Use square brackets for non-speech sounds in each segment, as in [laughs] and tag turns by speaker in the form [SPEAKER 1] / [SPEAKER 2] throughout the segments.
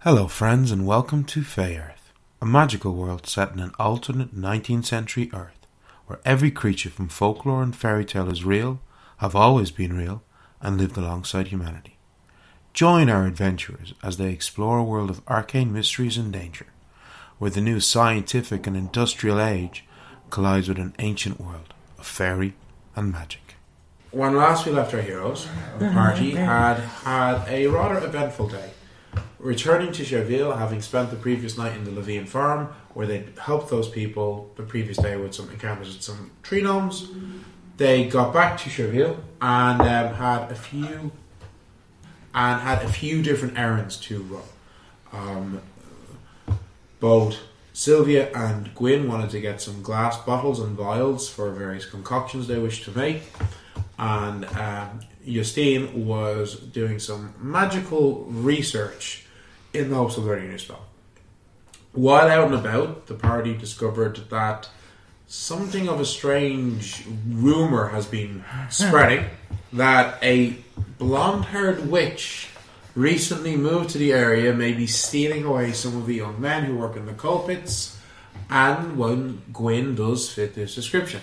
[SPEAKER 1] Hello, friends, and welcome to Fey Earth, a magical world set in an alternate 19th century Earth, where every creature from folklore and fairy tale is real, have always been real, and lived alongside humanity. Join our adventurers as they explore a world of arcane mysteries and danger, where the new scientific and industrial age collides with an ancient world of fairy and magic. When last we left our heroes, the party had had a rather eventful day. Returning to Cherville, having spent the previous night in the Levian farm, where they helped those people the previous day with some encounters with some tree gnomes, they got back to Cherville and um, had a few and had a few different errands to run. Um, both Sylvia and Gwyn wanted to get some glass bottles and vials for various concoctions they wished to make, and um, Justine was doing some magical research in the hopes of learning a new spell. While out and about, the party discovered that something of a strange rumor has been spreading that a blonde haired witch recently moved to the area, maybe stealing away some of the young men who work in the coal pits, and one Gwyn does fit this description.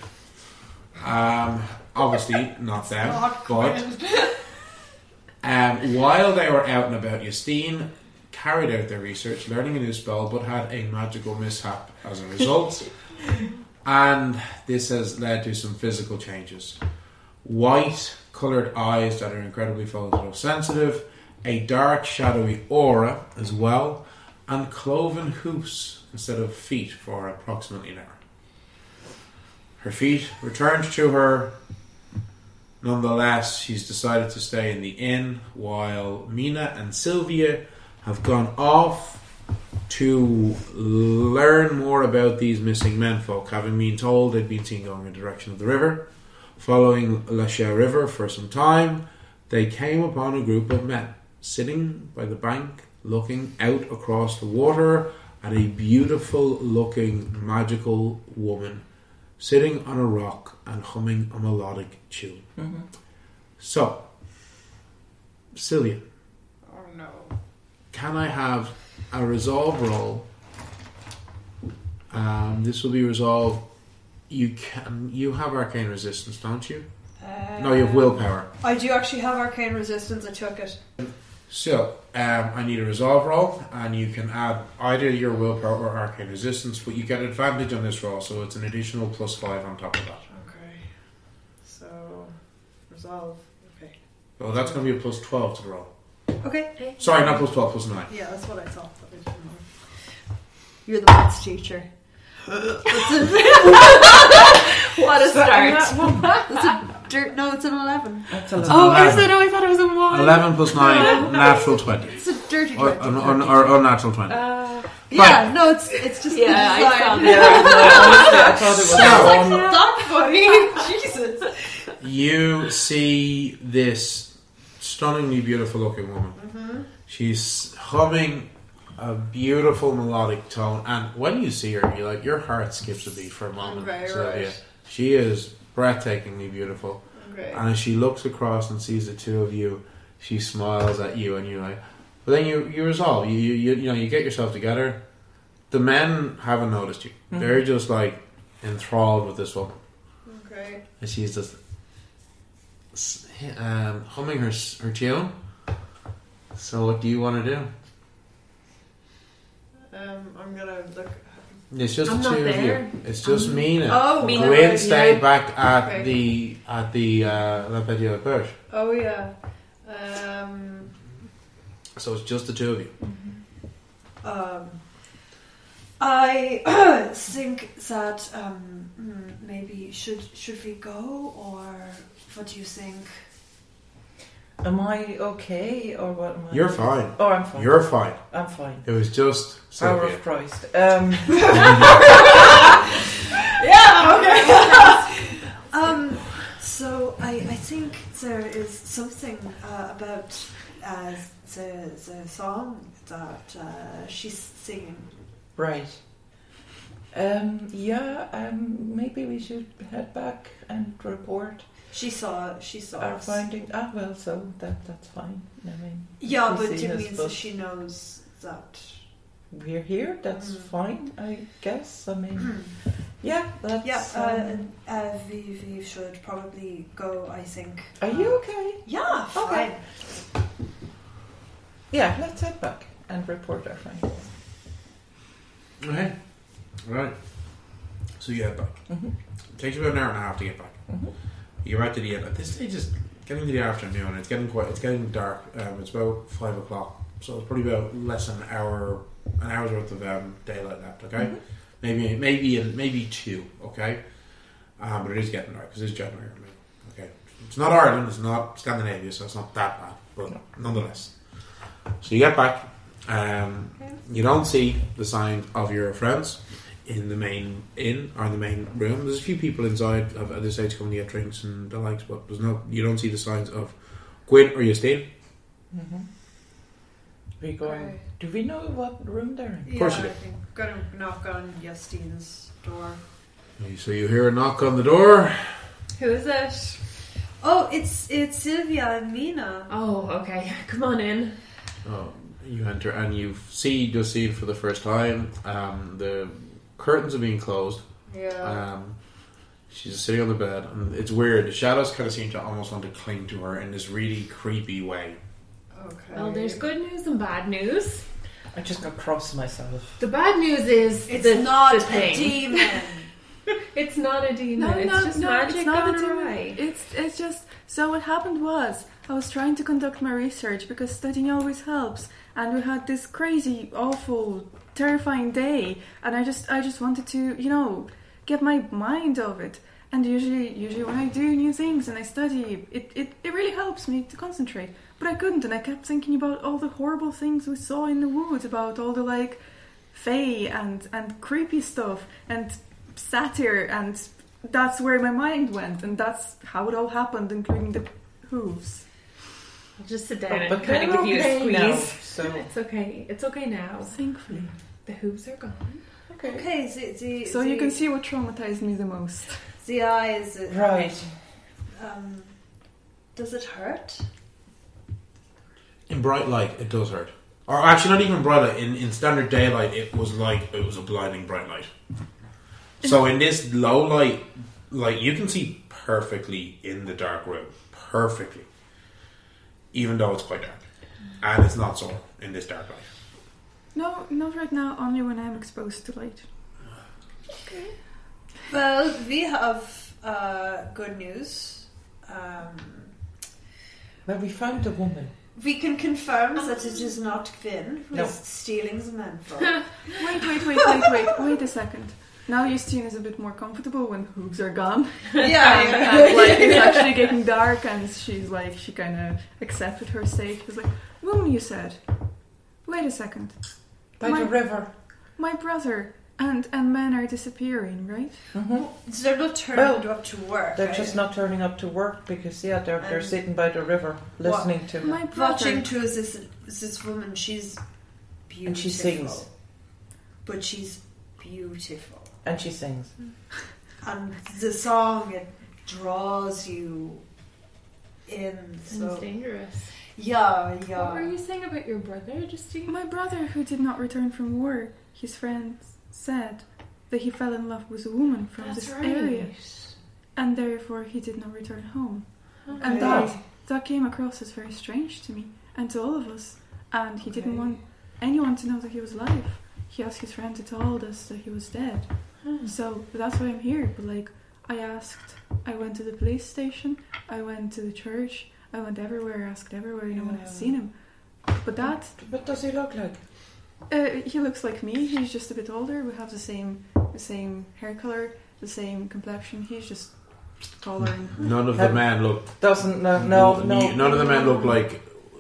[SPEAKER 1] Um, obviously, not them, but um, while they were out and about, Justine carried out their research, learning a new spell, but had a magical mishap as a result. and this has led to some physical changes. White colored eyes that are incredibly photosensitive, a dark shadowy aura as well, and cloven hoofs instead of feet for approximately an hour. Her feet returned to her Nonetheless, she's decided to stay in the inn while Mina and Sylvia have gone off to learn more about these missing menfolk, having been told they'd been seen going in the direction of the river. Following La Cher River for some time, they came upon a group of men sitting by the bank, looking out across the water at a beautiful looking magical woman sitting on a rock and humming a melodic tune. So, Celia,
[SPEAKER 2] Oh no.
[SPEAKER 1] can I have a resolve roll? Um, this will be resolved. You can. You have arcane resistance, don't you? No,
[SPEAKER 3] Um,
[SPEAKER 1] you have willpower.
[SPEAKER 2] Um, I do actually have arcane resistance. I took it.
[SPEAKER 1] So, um, I need a resolve roll, and you can add either your willpower or arcane resistance, but you get advantage on this roll, so it's an additional plus five on top of that.
[SPEAKER 2] Okay. So resolve. Okay.
[SPEAKER 1] So that's going to be a plus twelve to the roll.
[SPEAKER 2] Okay.
[SPEAKER 1] Sorry, not plus twelve, plus nine.
[SPEAKER 2] Yeah, that's what I thought. but I didn't know. You're the maths
[SPEAKER 3] [laughs]
[SPEAKER 2] teacher.
[SPEAKER 3] What a start.
[SPEAKER 2] [laughs] That's a dirt. No, it's an eleven.
[SPEAKER 3] Oh,
[SPEAKER 1] Eleven.
[SPEAKER 3] is it? Oh, I thought it was a one.
[SPEAKER 1] Eleven plus nine,
[SPEAKER 3] [laughs]
[SPEAKER 1] natural twenty.
[SPEAKER 2] It's a dirty.
[SPEAKER 1] Or,
[SPEAKER 2] twenty.
[SPEAKER 1] or, or, or unnatural twenty.
[SPEAKER 2] yeah. No, it's it's just
[SPEAKER 3] Yeah,
[SPEAKER 2] the
[SPEAKER 3] I saw
[SPEAKER 2] design.
[SPEAKER 3] that.
[SPEAKER 1] So- um,
[SPEAKER 2] It's not [laughs]
[SPEAKER 4] [laughs]
[SPEAKER 2] funny. Jesus.
[SPEAKER 1] you see this stunningly beautiful looking woman. She's humming a beautiful melodic tone, and when you see her, you like your heart skips a beat for a moment.
[SPEAKER 2] Right,
[SPEAKER 1] Sylvia.
[SPEAKER 2] right.
[SPEAKER 1] She is breathtakingly beautiful,
[SPEAKER 2] Okay.
[SPEAKER 3] Uh,
[SPEAKER 1] and as she looks across and sees the two of you, she smiles at you, and you're like, but then you you resolve. You you you, you know you get yourself together. The men haven't noticed you. They're just like enthralled with this woman.
[SPEAKER 2] Okay.
[SPEAKER 1] And she's just s- um, humming her s- her tune. So what do you want to do?
[SPEAKER 2] Um, I'm gonna look.
[SPEAKER 1] It's just
[SPEAKER 3] I'm
[SPEAKER 1] the
[SPEAKER 3] not
[SPEAKER 1] two of
[SPEAKER 3] there.
[SPEAKER 1] you. It's just Mina.
[SPEAKER 2] Oh,
[SPEAKER 3] Mina,
[SPEAKER 1] Gwen
[SPEAKER 3] yeah.
[SPEAKER 1] stayed back at
[SPEAKER 2] Okay.
[SPEAKER 1] the at the uh, La Petite La Perche.
[SPEAKER 2] Oh yeah. Um.
[SPEAKER 1] So it's just the two of you.
[SPEAKER 2] Um, I [coughs] think that um, mm, maybe should should we go or what do you think?
[SPEAKER 4] Am I okay or what? Am I
[SPEAKER 1] You're fine.
[SPEAKER 4] Oh, I'm fine.
[SPEAKER 1] You're fine.
[SPEAKER 4] I'm fine.
[SPEAKER 1] It was just
[SPEAKER 3] Oh,
[SPEAKER 4] Power
[SPEAKER 1] Sylvia.
[SPEAKER 4] of Christ. Um, [laughs]
[SPEAKER 2] Yeah. Okay. [laughs] um. So I, I think there is something uh, about uh, the the song that uh, she's singing.
[SPEAKER 4] right. Um, yeah. Um, maybe we should head back and report
[SPEAKER 2] She saw she saw
[SPEAKER 4] our
[SPEAKER 2] us.
[SPEAKER 4] finding. Ah, well, so that that's fine. I mean,
[SPEAKER 2] Yeah,
[SPEAKER 4] She's
[SPEAKER 2] but
[SPEAKER 4] seen
[SPEAKER 2] it
[SPEAKER 4] us,
[SPEAKER 2] means
[SPEAKER 4] but-
[SPEAKER 2] she knows that
[SPEAKER 4] We're here. That's
[SPEAKER 2] Mm.
[SPEAKER 4] fine, I guess. I mean, yeah, that's.
[SPEAKER 2] yeah, uh,
[SPEAKER 4] um,
[SPEAKER 2] uh, we, we should probably go. I think.
[SPEAKER 4] are you okay?
[SPEAKER 2] Yeah.
[SPEAKER 4] Okay.
[SPEAKER 2] fine.
[SPEAKER 4] Yeah, let's head back and report our findings.
[SPEAKER 1] Okay. Right. So you head back.
[SPEAKER 4] Mhm.
[SPEAKER 1] It takes about an hour and a half to get back.
[SPEAKER 4] Mhm.
[SPEAKER 1] You're right to the end. At this stage, it's getting to the afternoon. It's getting quite. It's getting dark. Um, it's about five o'clock. So it's probably about less than an hour, an hour's worth of um, daylight left. Okay.
[SPEAKER 4] Mhm.
[SPEAKER 1] Maybe maybe maybe two. Okay. Um, but it is getting dark because it's January. I mean, okay. It's not Ireland. It's not Scandinavia, so it's not that bad. But
[SPEAKER 4] No.
[SPEAKER 1] nonetheless. So you get back. Um, you don't see the sign of your friends in the main inn or the main room. There's a few people inside of at this stage coming to get drinks and the likes, but there's no you don't see the signs of Gwyn or Justine.
[SPEAKER 4] Mm-hmm. We're going.
[SPEAKER 2] Okay.
[SPEAKER 4] Do we know what room they're in?
[SPEAKER 1] Of course you
[SPEAKER 2] yeah,
[SPEAKER 1] do.
[SPEAKER 2] I think gonna knock on Justine's door.
[SPEAKER 1] So you hear a knock on the door.
[SPEAKER 3] Who is it?
[SPEAKER 2] Oh, it's it's Sylvia and Mina.
[SPEAKER 3] Oh, okay. [laughs] Come on in.
[SPEAKER 1] Um, you enter and you see Justine for the first time. Um, the curtains are being closed.
[SPEAKER 2] Yeah.
[SPEAKER 1] Um, she's sitting on the bed, and it's weird. The shadows kind of seem to almost want to cling to her in this really creepy way. Uh,
[SPEAKER 2] okay.
[SPEAKER 3] Well, there's good news and bad news.
[SPEAKER 4] I'm just gonna cross myself.
[SPEAKER 3] The bad news is
[SPEAKER 2] It's
[SPEAKER 3] the,
[SPEAKER 2] not
[SPEAKER 3] the
[SPEAKER 2] a
[SPEAKER 3] thing.
[SPEAKER 2] demon.
[SPEAKER 3] It's not a demon.
[SPEAKER 5] No,
[SPEAKER 3] it's
[SPEAKER 5] no,
[SPEAKER 3] just
[SPEAKER 5] no,
[SPEAKER 3] magic
[SPEAKER 5] it's not a
[SPEAKER 3] gone
[SPEAKER 5] demon.
[SPEAKER 3] awry.
[SPEAKER 5] It's it's just so what happened was I was trying to conduct my research because studying always helps and we had this crazy awful terrifying day and I just I just wanted to you know get my mind off it and usually usually when I do new things and I study it, it, it really helps me to concentrate but I couldn't and I kept thinking about all the horrible things we saw in the woods about all the like fae and and creepy stuff and satire and that's where my mind went, and that's how it all happened, including the hooves.
[SPEAKER 3] I'll just sit down
[SPEAKER 4] But,
[SPEAKER 3] and
[SPEAKER 4] but
[SPEAKER 3] kind
[SPEAKER 4] we're
[SPEAKER 3] of give
[SPEAKER 4] okay
[SPEAKER 3] you
[SPEAKER 4] now,
[SPEAKER 3] a squeeze.
[SPEAKER 4] so
[SPEAKER 3] It's okay. It's okay now.
[SPEAKER 5] Thankfully.
[SPEAKER 3] The hooves are gone.
[SPEAKER 4] okay.
[SPEAKER 2] okay, the, the,
[SPEAKER 5] So
[SPEAKER 2] the,
[SPEAKER 5] you can see what traumatized me the most.
[SPEAKER 2] the eyes. uh,
[SPEAKER 4] Right.
[SPEAKER 2] Um, does it hurt?
[SPEAKER 1] In bright light, it does hurt. Or actually, not even bright light. In, in standard daylight, it was like it was a blinding bright light. So in this low light, like you can see perfectly in the dark room, perfectly, even though it's quite dark, and it's not so in this dark light.
[SPEAKER 5] No, not right now, only when I'm exposed to light.
[SPEAKER 2] Well, we have uh, good news. Um,
[SPEAKER 4] Well, we found a woman.
[SPEAKER 2] we can confirm
[SPEAKER 5] Um,
[SPEAKER 2] that it is not Finn who is
[SPEAKER 4] No.
[SPEAKER 2] stealing the
[SPEAKER 5] [laughs]
[SPEAKER 2] mantle.
[SPEAKER 5] Wait, wait, wait, wait, [laughs] wait, wait a second. Now Justine is a bit more comfortable when hooves are gone.
[SPEAKER 2] yeah,
[SPEAKER 5] And, like, it's actually getting dark, and she's like, she kind of accepted her state. She's like, Woman, you said. Wait a second.
[SPEAKER 4] By
[SPEAKER 5] My-
[SPEAKER 4] the river.
[SPEAKER 5] My brother and, and men are disappearing, right?
[SPEAKER 4] Mm-hmm.
[SPEAKER 2] So they're not turned
[SPEAKER 4] Well,
[SPEAKER 2] up to work.
[SPEAKER 4] They're
[SPEAKER 2] right?
[SPEAKER 4] just not turning up to work because, yeah, they're, they're
[SPEAKER 2] Um,
[SPEAKER 4] sitting by the river
[SPEAKER 2] what-
[SPEAKER 4] listening to
[SPEAKER 5] My brother.
[SPEAKER 2] watching to this this woman. She's beautiful,
[SPEAKER 4] And she sings.
[SPEAKER 2] but she's beautiful.
[SPEAKER 4] And she sings.
[SPEAKER 2] And the song it draws you in.
[SPEAKER 3] Sounds
[SPEAKER 2] So
[SPEAKER 3] dangerous.
[SPEAKER 2] yeah,
[SPEAKER 3] What were
[SPEAKER 2] yeah.
[SPEAKER 3] you saying about your brother, Justine?
[SPEAKER 5] My brother, who did not return from war, his friends said that he fell in love with a woman from
[SPEAKER 3] That's
[SPEAKER 5] this
[SPEAKER 3] right.
[SPEAKER 5] area, and therefore he did not return home.
[SPEAKER 2] Okay.
[SPEAKER 5] And that that came across as very strange to me and to all of us. And he didn't
[SPEAKER 2] Okay.
[SPEAKER 5] want anyone to know that he was alive. He asked his friend to tell us that he was dead.
[SPEAKER 3] Hmm.
[SPEAKER 5] So that's why I'm here. But like, I asked, I went to the police station, I went to the church, I went everywhere, asked everywhere. No one has
[SPEAKER 4] Yeah.
[SPEAKER 5] seen him. But that
[SPEAKER 4] What does he look like?
[SPEAKER 5] uh, he looks like me. He's just a bit older. We have the same, the same hair color, the same complexion. He's just taller. And...
[SPEAKER 1] None of the
[SPEAKER 4] Um,
[SPEAKER 1] men look.
[SPEAKER 4] Doesn't
[SPEAKER 1] Mm-hmm.
[SPEAKER 4] no Uh, no no.
[SPEAKER 1] None of the men look like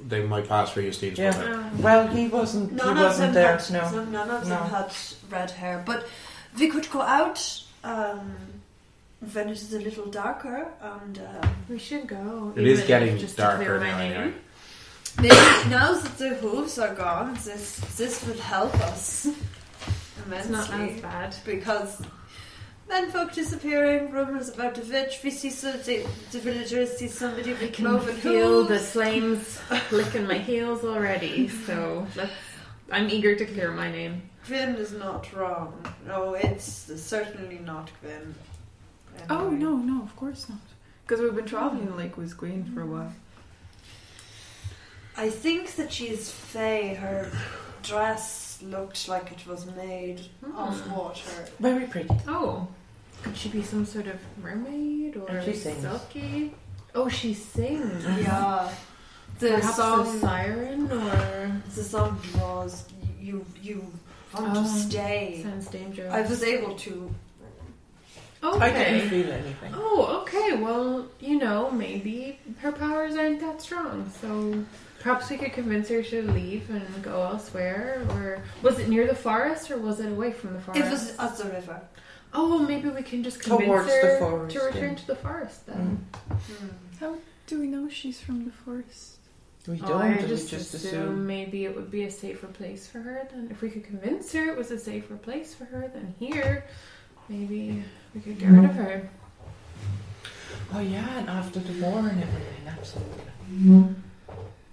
[SPEAKER 1] they might pass for Justine's
[SPEAKER 4] Yeah.
[SPEAKER 1] brother.
[SPEAKER 3] Um,
[SPEAKER 4] Well, he wasn't.
[SPEAKER 2] None
[SPEAKER 4] he
[SPEAKER 2] of them
[SPEAKER 4] wasn't there.
[SPEAKER 2] had
[SPEAKER 4] No.
[SPEAKER 2] none of them
[SPEAKER 4] No.
[SPEAKER 2] had red hair, but we could go out um, when it is a little darker and. Um,
[SPEAKER 3] we should go.
[SPEAKER 1] It is
[SPEAKER 3] even
[SPEAKER 1] getting
[SPEAKER 3] just to
[SPEAKER 1] darker
[SPEAKER 3] clear my
[SPEAKER 1] now.
[SPEAKER 3] name.
[SPEAKER 1] Anyway.
[SPEAKER 2] Maybe now that the hooves are gone, this this will help us
[SPEAKER 3] [laughs] It's not as
[SPEAKER 2] immensely
[SPEAKER 3] bad.
[SPEAKER 2] because menfolk disappearing, rumors about the village. We see so the, the villagers see somebody
[SPEAKER 3] I
[SPEAKER 2] with
[SPEAKER 3] can
[SPEAKER 2] cloven
[SPEAKER 3] feel the
[SPEAKER 2] hooves.
[SPEAKER 3] flames licking my heels already. So let's. I'm eager to clear my name.
[SPEAKER 2] Gvin is not wrong. No, it's certainly not Gvin.
[SPEAKER 5] Oh
[SPEAKER 2] Anyway.
[SPEAKER 5] no, no, of course not. Because we've been traveling like with Green for a while.
[SPEAKER 2] I think that she's fey. Her dress looked like it was made of water.
[SPEAKER 4] Very pretty.
[SPEAKER 3] Oh. Could she be some sort of mermaid or
[SPEAKER 4] And she sings.
[SPEAKER 3] Selkie? Oh, she sings.
[SPEAKER 2] Yeah,
[SPEAKER 3] The
[SPEAKER 2] Perhaps
[SPEAKER 3] song
[SPEAKER 2] a
[SPEAKER 3] siren or
[SPEAKER 2] the song draws you. You want
[SPEAKER 3] Um,
[SPEAKER 2] to stay.
[SPEAKER 3] sounds dangerous.
[SPEAKER 2] I was able to.
[SPEAKER 4] I
[SPEAKER 3] okay.
[SPEAKER 4] didn't feel anything.
[SPEAKER 3] Oh, okay. Well, you know, maybe her powers aren't that strong, so perhaps we could convince her to leave and go elsewhere. Or was it near the forest, or was it away from the forest?
[SPEAKER 2] It was at the river.
[SPEAKER 3] Oh, well, maybe we can just convince
[SPEAKER 4] Towards the
[SPEAKER 3] her
[SPEAKER 4] forest,
[SPEAKER 3] to return
[SPEAKER 4] yeah. Mm-hmm.
[SPEAKER 3] to the forest
[SPEAKER 4] Mm.
[SPEAKER 3] then.
[SPEAKER 5] Do we know she's from the forest?
[SPEAKER 4] We don't,
[SPEAKER 3] Oh, I
[SPEAKER 4] we
[SPEAKER 3] just, assume,
[SPEAKER 4] assume.
[SPEAKER 3] maybe it would be a safer place for her then. If we could convince her it was a safer place for her than here, maybe we could get
[SPEAKER 4] Mm-hmm.
[SPEAKER 3] rid of her.
[SPEAKER 4] Oh yeah, and after the war and everything, absolutely.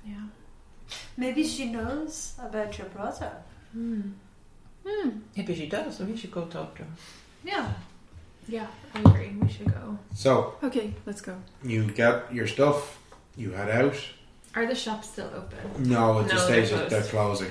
[SPEAKER 3] Yeah.
[SPEAKER 2] Maybe she knows about your brother.
[SPEAKER 3] Hmm.
[SPEAKER 5] Hmm.
[SPEAKER 4] Maybe she does, so we should go talk to her.
[SPEAKER 2] Yeah.
[SPEAKER 3] Yeah, I agree. We should go.
[SPEAKER 1] So
[SPEAKER 5] Okay, let's go.
[SPEAKER 1] you got your stuff. You head out.
[SPEAKER 3] Are the shops still open?
[SPEAKER 1] No, at
[SPEAKER 3] No,
[SPEAKER 1] this stage
[SPEAKER 3] they're
[SPEAKER 1] that they're closing.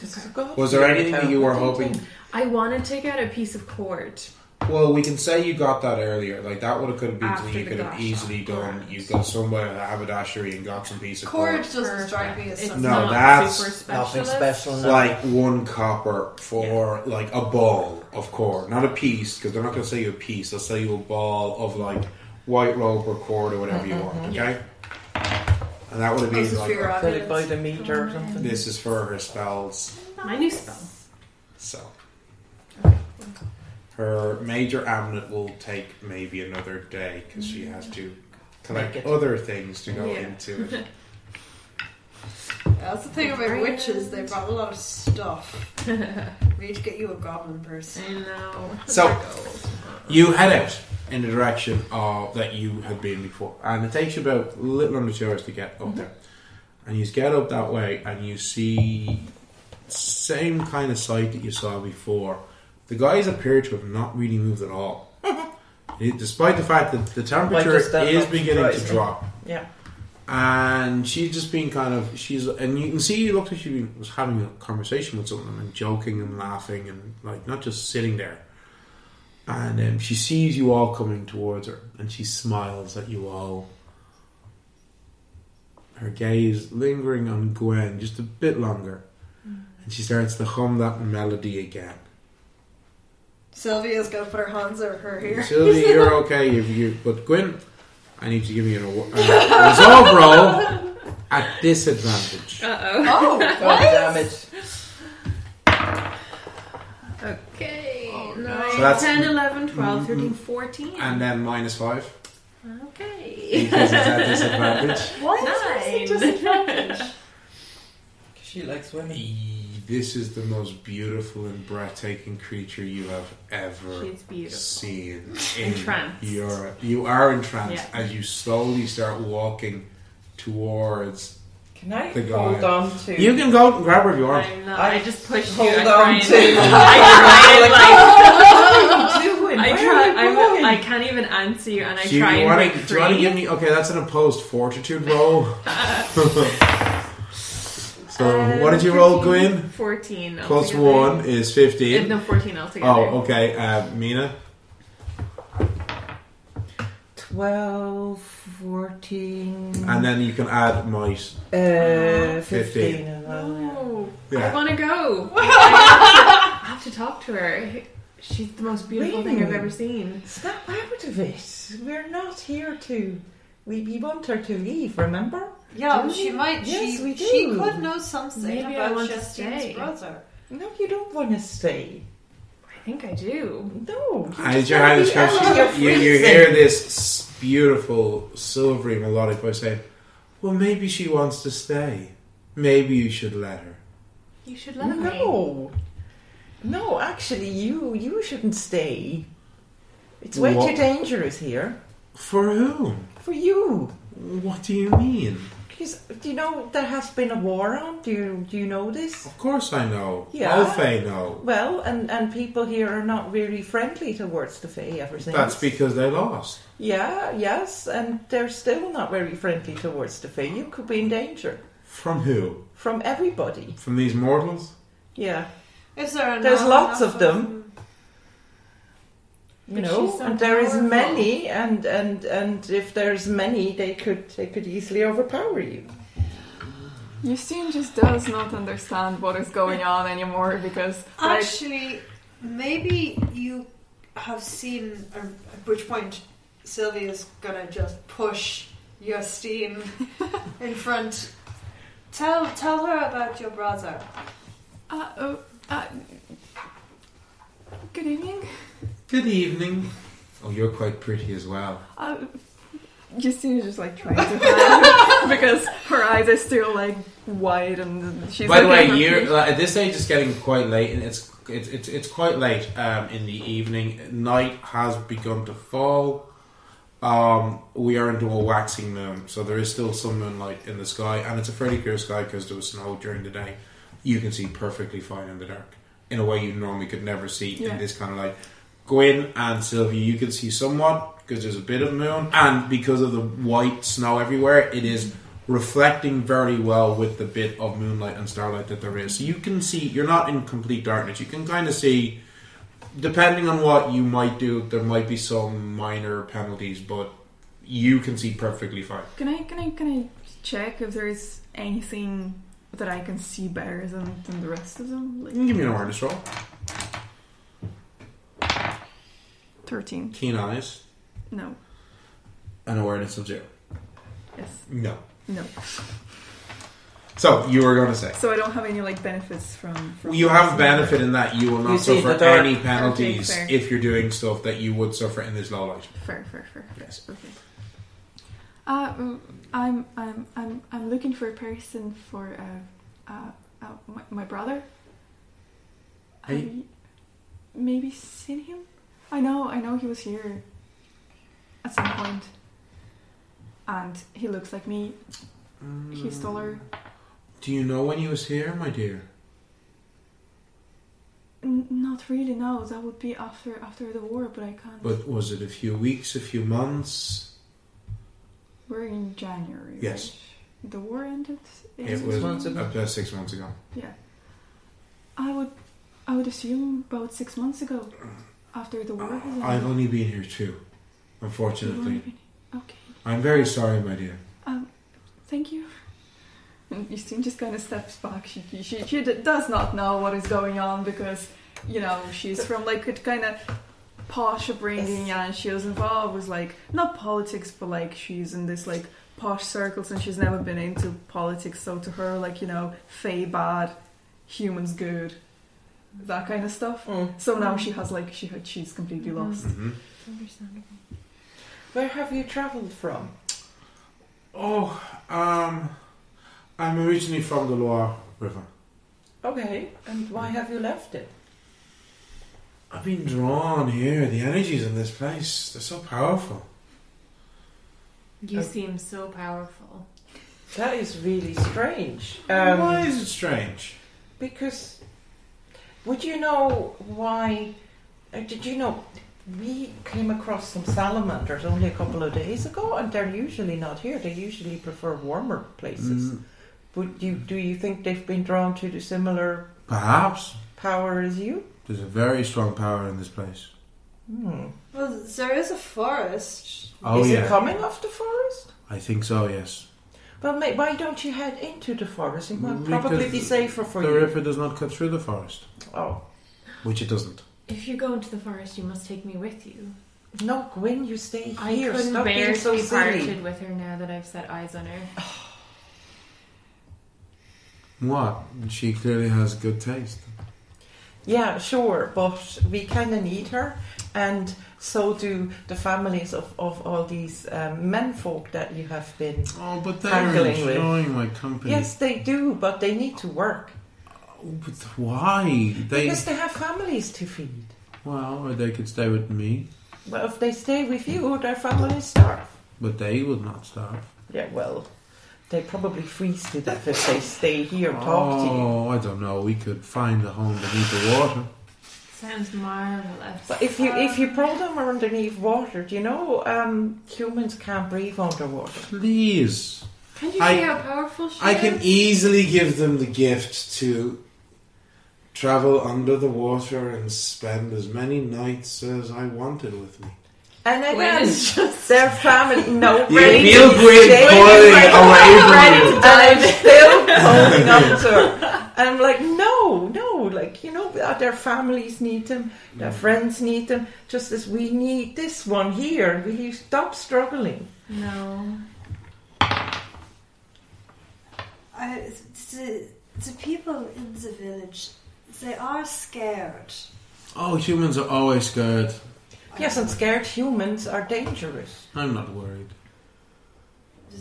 [SPEAKER 4] This is God.
[SPEAKER 1] Was there anything that you were hoping?
[SPEAKER 3] I want to take out a piece of cord.
[SPEAKER 1] Well, we can say you got that earlier. Like that would have could have been
[SPEAKER 3] After
[SPEAKER 1] something you
[SPEAKER 3] the
[SPEAKER 1] could have
[SPEAKER 3] gosh,
[SPEAKER 1] easily done.
[SPEAKER 3] correct.
[SPEAKER 1] You got somewhere at haberdashery and got some piece of
[SPEAKER 2] Cord
[SPEAKER 1] cord.
[SPEAKER 2] doesn't strike me as
[SPEAKER 3] It's
[SPEAKER 2] something.
[SPEAKER 1] No,
[SPEAKER 3] not
[SPEAKER 1] that's
[SPEAKER 3] super
[SPEAKER 4] Nothing
[SPEAKER 3] specialist.
[SPEAKER 4] special.
[SPEAKER 1] It's
[SPEAKER 4] no.
[SPEAKER 1] Like one copper for like a ball of cord, not a piece, because they're not going to sell you a piece. They'll sell you a ball of like white rope or cord or whatever you
[SPEAKER 3] Mm-hmm.
[SPEAKER 1] want. Okay, and that would have
[SPEAKER 2] I
[SPEAKER 1] been
[SPEAKER 2] was just
[SPEAKER 1] like
[SPEAKER 2] figure out
[SPEAKER 4] Put it by
[SPEAKER 2] it's-
[SPEAKER 4] the meter or something.
[SPEAKER 1] this is for her spells.
[SPEAKER 3] My new spell.
[SPEAKER 1] So her major amulet will take maybe another day because she has to collect
[SPEAKER 4] Make it.
[SPEAKER 1] other things to go
[SPEAKER 3] Yeah.
[SPEAKER 1] into it.
[SPEAKER 2] That's the thing about witches, they've got a lot of stuff. we need to get you a goblin purse.
[SPEAKER 3] I know.
[SPEAKER 1] So-
[SPEAKER 3] [laughs] There goes.
[SPEAKER 1] You head out in the direction of, that you had been before, and it takes you about a little under two hours to get
[SPEAKER 4] Mm-hmm.
[SPEAKER 1] up there. And you get up that way, and you see same kind of sight that you saw before. The guys appear to have not really moved at
[SPEAKER 4] [laughs]
[SPEAKER 1] all, It- despite the fact that the temperature
[SPEAKER 4] does that
[SPEAKER 1] is
[SPEAKER 4] not
[SPEAKER 1] beginning to
[SPEAKER 4] surprise me?
[SPEAKER 1] drop.
[SPEAKER 4] Yeah.
[SPEAKER 1] And she's just been kind of she's and you can see it looked like she was having a conversation with someone and joking and laughing and like not just sitting there. And um, she sees you all coming towards her and she smiles at you all. Her gaze lingering on Gwen just a bit longer.
[SPEAKER 3] Mm.
[SPEAKER 1] And she starts to hum that melody again.
[SPEAKER 2] Sylvia's gonna put her hands over her hair.
[SPEAKER 1] Sylvie, you're okay. You, you, but Gwen, I need you to give me a, a resolve roll at disadvantage.
[SPEAKER 3] Uh
[SPEAKER 2] Oh!
[SPEAKER 4] God damn it.
[SPEAKER 3] oh. Okay.
[SPEAKER 1] Oh, no.
[SPEAKER 3] Nine,
[SPEAKER 1] So that's-
[SPEAKER 3] 10, 11, 12,
[SPEAKER 1] Mm,
[SPEAKER 3] 13, 14.
[SPEAKER 1] And then minus five
[SPEAKER 3] okay.
[SPEAKER 1] because it's
[SPEAKER 3] [laughs]
[SPEAKER 1] at disadvantage.
[SPEAKER 2] Why is this a
[SPEAKER 3] Nine. [laughs]
[SPEAKER 2] disadvantage?
[SPEAKER 4] She likes women.
[SPEAKER 1] Eee, This is the most beautiful and breathtaking creature you have ever
[SPEAKER 3] She's beautiful.
[SPEAKER 1] seen.
[SPEAKER 3] Entranced.
[SPEAKER 1] Your, you are entranced
[SPEAKER 3] Yeah.
[SPEAKER 1] as you slowly start walking towards.
[SPEAKER 4] Can I
[SPEAKER 1] The guy.
[SPEAKER 4] hold on to?
[SPEAKER 1] You can go and grab her if you want.
[SPEAKER 3] I'm not,
[SPEAKER 4] I
[SPEAKER 3] I, just pushed
[SPEAKER 4] hold
[SPEAKER 3] you. I
[SPEAKER 4] on
[SPEAKER 3] try and, [laughs]
[SPEAKER 4] to-
[SPEAKER 1] [laughs] Oh
[SPEAKER 3] I
[SPEAKER 4] What are you
[SPEAKER 3] try and like. I
[SPEAKER 4] doing? Where
[SPEAKER 3] try.
[SPEAKER 4] are you
[SPEAKER 3] I'm,
[SPEAKER 4] going?
[SPEAKER 3] I can't even answer you, and I
[SPEAKER 1] Do you
[SPEAKER 3] try and
[SPEAKER 1] wanna-
[SPEAKER 3] break
[SPEAKER 1] do you want to
[SPEAKER 3] free.
[SPEAKER 1] give me? Okay, that's an opposed fortitude roll. [laughs] so
[SPEAKER 3] Um,
[SPEAKER 1] what did you roll,
[SPEAKER 3] 13,
[SPEAKER 1] Gwyn?
[SPEAKER 3] 14.
[SPEAKER 1] Plus
[SPEAKER 3] altogether.
[SPEAKER 1] one is
[SPEAKER 3] Uh,
[SPEAKER 1] fifteen.
[SPEAKER 3] No, 14 altogether.
[SPEAKER 1] Oh, okay. Uh, Mina,
[SPEAKER 4] Twelve, fourteen,
[SPEAKER 1] and then you can add might.
[SPEAKER 4] uh,
[SPEAKER 1] Fifteen.
[SPEAKER 4] fifteen. as well, yeah.
[SPEAKER 3] No, I
[SPEAKER 1] Yeah.
[SPEAKER 3] want
[SPEAKER 1] [laughs]
[SPEAKER 3] to go. I have to- I have to talk to her. She's the most beautiful thing I've
[SPEAKER 4] Really?
[SPEAKER 3] ever seen.
[SPEAKER 4] Snap out of it. We're not here to. We, we want her to leave. Remember?
[SPEAKER 2] Yeah,
[SPEAKER 4] Do
[SPEAKER 2] she
[SPEAKER 4] we?
[SPEAKER 2] might.
[SPEAKER 4] Yes,
[SPEAKER 2] she,
[SPEAKER 4] we
[SPEAKER 2] she
[SPEAKER 4] do.
[SPEAKER 2] could know something
[SPEAKER 3] Maybe I
[SPEAKER 2] about
[SPEAKER 3] want to
[SPEAKER 2] Justine's
[SPEAKER 3] stay.
[SPEAKER 2] brother.
[SPEAKER 4] No, you don't want to stay.
[SPEAKER 3] I think I do.
[SPEAKER 4] No. you
[SPEAKER 1] As
[SPEAKER 4] just
[SPEAKER 1] your
[SPEAKER 4] wanna
[SPEAKER 1] hand
[SPEAKER 4] be
[SPEAKER 1] is touched,
[SPEAKER 4] out. You're
[SPEAKER 1] you, you
[SPEAKER 4] freezing.
[SPEAKER 1] hear this s- beautiful, silvery, melodic voice saying, Well, maybe she wants to stay. Maybe you should let her.
[SPEAKER 3] You should let me.
[SPEAKER 4] No. No, actually, you you shouldn't stay. It's way
[SPEAKER 1] What?
[SPEAKER 4] too dangerous here
[SPEAKER 1] For whom?
[SPEAKER 4] for you.
[SPEAKER 1] What do you mean?
[SPEAKER 4] Yes, do you know there has been a war on? Do you do you know this?
[SPEAKER 1] Of course I know.
[SPEAKER 4] Yeah.
[SPEAKER 1] All Fae know.
[SPEAKER 4] Well, and and people here are not really friendly towards the Fae ever since.
[SPEAKER 1] That's because they lost.
[SPEAKER 4] yeah, yes, and they're still not very friendly towards the Fae. You could be in danger
[SPEAKER 1] From who?
[SPEAKER 4] from everybody.
[SPEAKER 1] From these mortals?
[SPEAKER 4] Yeah,
[SPEAKER 2] Is there an
[SPEAKER 4] There's
[SPEAKER 2] hour
[SPEAKER 4] lots
[SPEAKER 2] enough
[SPEAKER 4] of them. you
[SPEAKER 3] But
[SPEAKER 4] know,
[SPEAKER 3] she's so
[SPEAKER 4] and there is
[SPEAKER 3] powerful.
[SPEAKER 4] many, and and and if there's many, they could they could easily overpower you.
[SPEAKER 5] Justine just does not understand what is going on anymore because like,
[SPEAKER 2] Actually, maybe you have seen, or at which point Sylvia's gonna just push your
[SPEAKER 4] [laughs]
[SPEAKER 2] steam in front. Tell tell her about your brother.
[SPEAKER 5] uh, oh, uh, good evening.
[SPEAKER 1] Good evening. Oh, you're quite pretty as well.
[SPEAKER 5] Uh, Justine is just like trying to hide [laughs] because her eyes are still like wide and she's.
[SPEAKER 1] By the
[SPEAKER 5] looking
[SPEAKER 1] way,
[SPEAKER 5] at
[SPEAKER 1] you're uh,
[SPEAKER 5] me.
[SPEAKER 1] like, at this age it's getting quite late, and it's it's it's, it's quite late um, in the evening. Night has begun to fall. Um, we are into a waxing moon, so there is still some moonlight in the sky, and it's a fairly clear sky because there was snow during the day. You can see perfectly fine in the dark in a way you normally could never see
[SPEAKER 5] Yeah.
[SPEAKER 1] in this kind of light. Gwyn and Sylvia, you can see somewhat because there's a bit of moon, and because of the white snow everywhere, it is reflecting very well with the bit of moonlight and starlight that there is. So you can see, you're not in complete darkness. You can kind of see, depending on what you might do, there might be some minor penalties, but you can see perfectly fine.
[SPEAKER 5] Can I can I can I check if there is anything that I can see better than, than the rest of them?
[SPEAKER 1] You can
[SPEAKER 5] Like
[SPEAKER 1] give me an awareness roll.
[SPEAKER 5] thirteen?
[SPEAKER 1] Keen eyes,
[SPEAKER 5] No.
[SPEAKER 1] an awareness of zero.
[SPEAKER 5] Yes.
[SPEAKER 1] No.
[SPEAKER 5] No.
[SPEAKER 1] So you were going to say.
[SPEAKER 5] So I don't have any like benefits from. from
[SPEAKER 1] You have benefit in that you will not
[SPEAKER 4] You see
[SPEAKER 1] suffer
[SPEAKER 4] the dark.
[SPEAKER 1] any penalties
[SPEAKER 5] Okay, fair.
[SPEAKER 1] if you're doing stuff that you would suffer in this low light.
[SPEAKER 5] Fair, fair, fair. fair.
[SPEAKER 1] Yes.
[SPEAKER 5] Okay. Uh, mm, I'm I'm I'm I'm looking for a person for uh, uh, uh my, my brother. Have
[SPEAKER 1] Hey.
[SPEAKER 5] you maybe seen him? I know, I know he was here at some point. And he looks like me.
[SPEAKER 1] Hmm.
[SPEAKER 5] He's taller.
[SPEAKER 1] Um, Do you know when he was here, my dear?
[SPEAKER 5] N- not really. No, that would be after after the war, but I can't.
[SPEAKER 1] But was it a few weeks, a few months?
[SPEAKER 5] We're in January.
[SPEAKER 1] Yes.
[SPEAKER 5] right? The war ended. in-
[SPEAKER 1] It was
[SPEAKER 4] months ago.
[SPEAKER 1] about six months ago.
[SPEAKER 5] Yeah. I would I would assume about six months ago after the war has
[SPEAKER 1] I've
[SPEAKER 5] ended.
[SPEAKER 1] only been here two,
[SPEAKER 5] You've only
[SPEAKER 1] unfortunately.
[SPEAKER 5] been- Okay.
[SPEAKER 1] I'm very sorry, my dear.
[SPEAKER 5] Thank you. And Justine just kind of steps back. She, she, she d- does not know what is going on because, you know, she's from like a kind of posh upbringing and she was involved with like, not politics, but like she's in this like posh circles and she's never been into politics. So to her, like, you know, fae bad, humans good, that kind of stuff.
[SPEAKER 4] Mm.
[SPEAKER 5] So now she has like, she had, she's completely
[SPEAKER 3] Mhm.
[SPEAKER 5] lost.
[SPEAKER 1] hmm
[SPEAKER 3] Understandable.
[SPEAKER 4] Where have you travelled from?
[SPEAKER 1] Oh, um, I'm originally from the Loire River.
[SPEAKER 4] Okay, and why have you left it?
[SPEAKER 1] I've been drawn here. The energies in this place, they're so powerful.
[SPEAKER 3] You
[SPEAKER 4] Uh,
[SPEAKER 3] seem so powerful.
[SPEAKER 4] That is really strange. Um,
[SPEAKER 1] Why is it strange?
[SPEAKER 4] Because would you know why? uh, Did you know we came across some salamanders only a couple of days ago, and they're usually not here. They usually prefer warmer places.
[SPEAKER 1] Mm,
[SPEAKER 4] Would you do you think they've been drawn to the similar
[SPEAKER 1] perhaps.
[SPEAKER 4] power as you?
[SPEAKER 1] There's a very strong power in this place.
[SPEAKER 4] Hmm.
[SPEAKER 2] Well, there is a forest.
[SPEAKER 1] Oh
[SPEAKER 4] is
[SPEAKER 1] yeah,
[SPEAKER 4] it coming off the forest?
[SPEAKER 1] I think so. Yes,
[SPEAKER 4] Well, mate, why don't you head into the forest? It might
[SPEAKER 1] Because
[SPEAKER 4] probably be safer for
[SPEAKER 1] the
[SPEAKER 4] you.
[SPEAKER 1] river does not cut through the forest,
[SPEAKER 4] Oh
[SPEAKER 1] which it doesn't.
[SPEAKER 3] If you go into the forest, you must take me with you.
[SPEAKER 4] no, Gwyn, you stay
[SPEAKER 3] I
[SPEAKER 4] here.
[SPEAKER 3] couldn't
[SPEAKER 4] Stop
[SPEAKER 3] bear
[SPEAKER 4] being so
[SPEAKER 3] to be
[SPEAKER 4] silly.
[SPEAKER 3] parted with her now that I've set eyes on her.
[SPEAKER 1] What? She clearly has good taste.
[SPEAKER 4] Yeah, sure, but we kind of need her, and so do the families of, of all these um, menfolk that you have been.
[SPEAKER 1] Oh, but they're
[SPEAKER 4] Haggling with-
[SPEAKER 1] enjoying my company.
[SPEAKER 4] Yes, they do, but they need to work
[SPEAKER 1] Oh, but why? They
[SPEAKER 4] because they have families to feed.
[SPEAKER 1] well, or they could stay with me,
[SPEAKER 4] Well, if they stay with you, their families starve.
[SPEAKER 1] but they would not starve.
[SPEAKER 4] Yeah, well, They probably freeze to death if they stay here and talk to you.
[SPEAKER 1] Oh, I don't know. We could find a home beneath the water.
[SPEAKER 3] Sounds marvelous.
[SPEAKER 4] But if you if you pull them underneath water, do you know um, humans can't breathe underwater?
[SPEAKER 1] Please.
[SPEAKER 3] Can you
[SPEAKER 1] I-
[SPEAKER 3] see how powerful she
[SPEAKER 6] I
[SPEAKER 3] is?
[SPEAKER 6] can easily give them the gift to travel under the water and spend as many nights as I wanted with me.
[SPEAKER 4] And
[SPEAKER 3] Gwen
[SPEAKER 4] again,
[SPEAKER 3] is just
[SPEAKER 4] their family no [laughs]
[SPEAKER 6] You
[SPEAKER 4] ready
[SPEAKER 6] feel
[SPEAKER 4] to
[SPEAKER 6] great
[SPEAKER 4] stay.
[SPEAKER 6] pulling away from
[SPEAKER 3] Ready
[SPEAKER 6] you.
[SPEAKER 3] to
[SPEAKER 4] And I'm still holding on to her. And I'm like, no, no, like, you know, uh, their families need them, their friends need them, just as we need this one here. Will you stop struggling?
[SPEAKER 3] [laughs] No.
[SPEAKER 2] I, the, the people in the village, they are scared.
[SPEAKER 1] Oh, humans are always scared.
[SPEAKER 4] Yes, and scared humans are dangerous.
[SPEAKER 1] I'm not worried.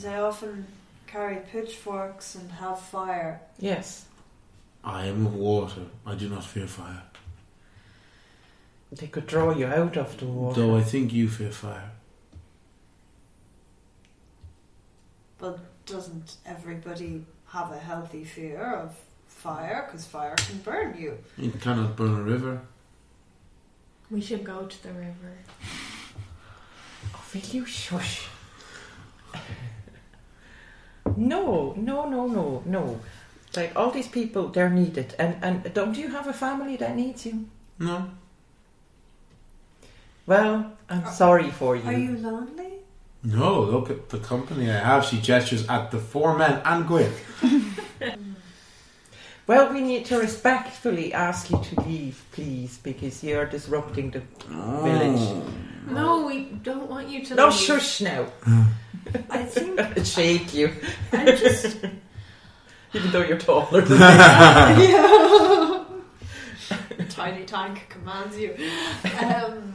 [SPEAKER 2] They often carry pitchforks and have fire.
[SPEAKER 4] Yes,
[SPEAKER 1] I am of water. I do not fear fire.
[SPEAKER 4] they could draw you out of the water.
[SPEAKER 1] Though I think you fear fire.
[SPEAKER 2] Doesn't everybody have a healthy fear of fire? Because fire can burn you.
[SPEAKER 1] It cannot burn a river.
[SPEAKER 3] We should go to the river.
[SPEAKER 4] Oh, will you shush? no, no, no, no, no. Like all these people, they're needed. And and don't you have a family that needs you?
[SPEAKER 1] No.
[SPEAKER 4] Well, I'm sorry for you.
[SPEAKER 2] Are you lonely?
[SPEAKER 1] No, look at the company I have. She gestures at the four men and Gwyn.
[SPEAKER 4] Well, we need to respectfully ask you to leave, please, because you're disrupting the. Village.
[SPEAKER 3] No, we don't want you to
[SPEAKER 4] No,
[SPEAKER 3] leave.
[SPEAKER 4] shush now.
[SPEAKER 2] I think
[SPEAKER 4] Shake you, [laughs]
[SPEAKER 2] I just
[SPEAKER 4] even though you're taller. [laughs]
[SPEAKER 2] tiny tank commands you. Um,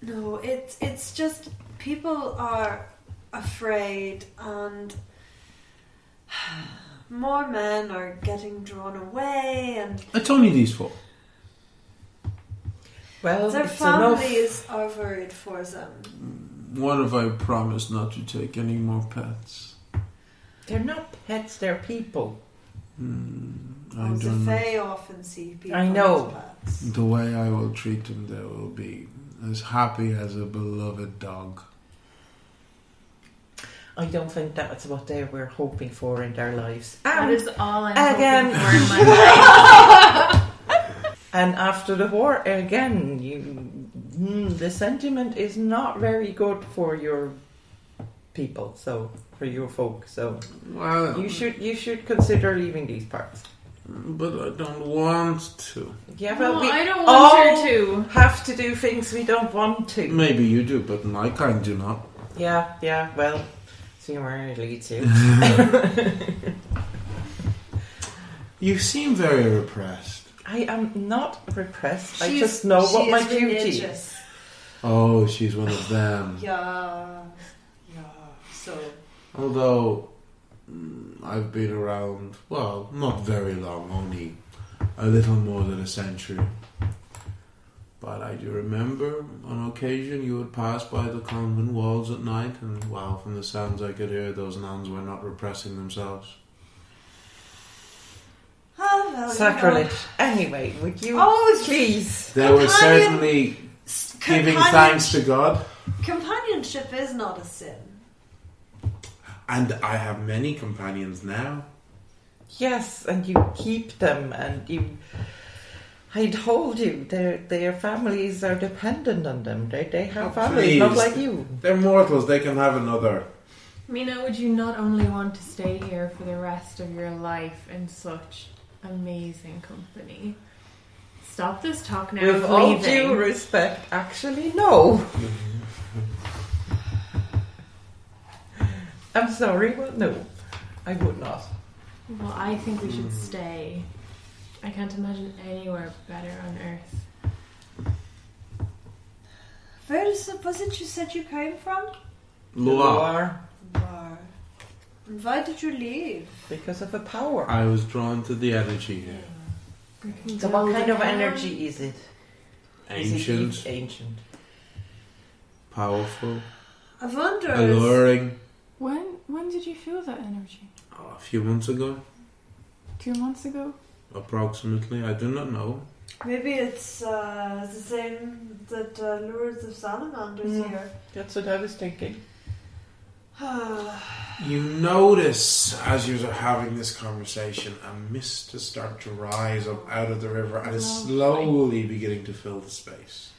[SPEAKER 2] no, it's it's just people are afraid, and more men are getting drawn away, and
[SPEAKER 1] It's only these four.
[SPEAKER 4] well,
[SPEAKER 2] their
[SPEAKER 4] Oh, it's enough.
[SPEAKER 2] families are worried for them.
[SPEAKER 1] What have I promised not to take any more pets?
[SPEAKER 4] They're not pets; they're people.
[SPEAKER 1] Hmm, I
[SPEAKER 2] Oh, the
[SPEAKER 1] don't know.
[SPEAKER 2] Fae often see people.
[SPEAKER 4] I know.
[SPEAKER 2] as pets.
[SPEAKER 1] The way I will treat them, they will be as happy as a beloved dog.
[SPEAKER 4] I don't think that's what they were hoping for in their lives.
[SPEAKER 3] That
[SPEAKER 4] And
[SPEAKER 3] is all I'm
[SPEAKER 4] Again.
[SPEAKER 3] hoping for
[SPEAKER 4] [laughs]
[SPEAKER 3] in my life.
[SPEAKER 4] And after the war, again, you, mm, the sentiment is not very good for your people. So for your folk, so
[SPEAKER 1] Well,
[SPEAKER 4] you should you should consider leaving these parts.
[SPEAKER 1] but I don't want to.
[SPEAKER 4] Yeah, well,
[SPEAKER 3] no,
[SPEAKER 4] we
[SPEAKER 3] I don't want
[SPEAKER 4] all-
[SPEAKER 3] her to.
[SPEAKER 4] have to do things we don't want to.
[SPEAKER 1] Maybe you do, but my kind do not.
[SPEAKER 4] Yeah, yeah. Well, see where it leads you.
[SPEAKER 1] You seem very repressed.
[SPEAKER 4] I am not repressed. I
[SPEAKER 2] She's-
[SPEAKER 4] just know what
[SPEAKER 2] she
[SPEAKER 4] my
[SPEAKER 2] is
[SPEAKER 4] duty is.
[SPEAKER 2] religious.
[SPEAKER 1] Oh, she's one of them.
[SPEAKER 2] Yeah, yeah. So.
[SPEAKER 1] Although mm, I've been around, well, not very long, only a little more than a century. But I do remember on occasion you would pass by the convent walls at night, and wow, from the sounds I could hear, those nuns were not repressing themselves.
[SPEAKER 2] Oh, well, you
[SPEAKER 4] Sacrilege. Anyway, would you
[SPEAKER 2] know. Oh,
[SPEAKER 4] please?
[SPEAKER 1] They were
[SPEAKER 2] Companion-
[SPEAKER 1] certainly
[SPEAKER 2] s-
[SPEAKER 1] giving
[SPEAKER 2] companion-
[SPEAKER 1] thanks to God,
[SPEAKER 2] Companionship is not a sin.
[SPEAKER 1] and I have many companions now.
[SPEAKER 4] Yes, and you keep them, and you. I told you, their their families are dependent on them. They they have
[SPEAKER 1] Oh,
[SPEAKER 4] families, not
[SPEAKER 1] please.
[SPEAKER 4] like you.
[SPEAKER 1] They're mortals, they can have another.
[SPEAKER 3] Mina, would you not only want to stay here for the rest of your life in such amazing company? Stop this talk now.
[SPEAKER 4] With
[SPEAKER 3] of
[SPEAKER 4] all
[SPEAKER 3] leaving.
[SPEAKER 4] due respect, actually,
[SPEAKER 1] [laughs]
[SPEAKER 4] no. I'm sorry, but no, I would not.
[SPEAKER 3] Well, I think we
[SPEAKER 4] Hmm.
[SPEAKER 3] should stay. I can't imagine anywhere better on earth.
[SPEAKER 2] Where is it, was it you said you came from?
[SPEAKER 1] Loa.
[SPEAKER 4] Loire,
[SPEAKER 2] Bar. And Why did you leave?
[SPEAKER 4] because of the power.
[SPEAKER 1] I was drawn to the energy here.
[SPEAKER 3] We can
[SPEAKER 4] So,
[SPEAKER 3] go
[SPEAKER 4] what kind of
[SPEAKER 3] down.
[SPEAKER 4] energy is it? Is it
[SPEAKER 1] Ancient,
[SPEAKER 4] ancient.
[SPEAKER 1] powerful,
[SPEAKER 2] I wonder. is-
[SPEAKER 1] alluring.
[SPEAKER 5] When when did you feel that energy?
[SPEAKER 1] Oh, a few months ago,
[SPEAKER 5] Two months ago?
[SPEAKER 1] approximately. I do not know.
[SPEAKER 2] Maybe it's uh, the same that uh, Lords of Salamanders
[SPEAKER 4] Mm.
[SPEAKER 2] here. [sighs]
[SPEAKER 4] That's what I was thinking.
[SPEAKER 1] You notice as you're having this conversation, a mist has started to rise up out of the river and is slowly beginning to fill the space.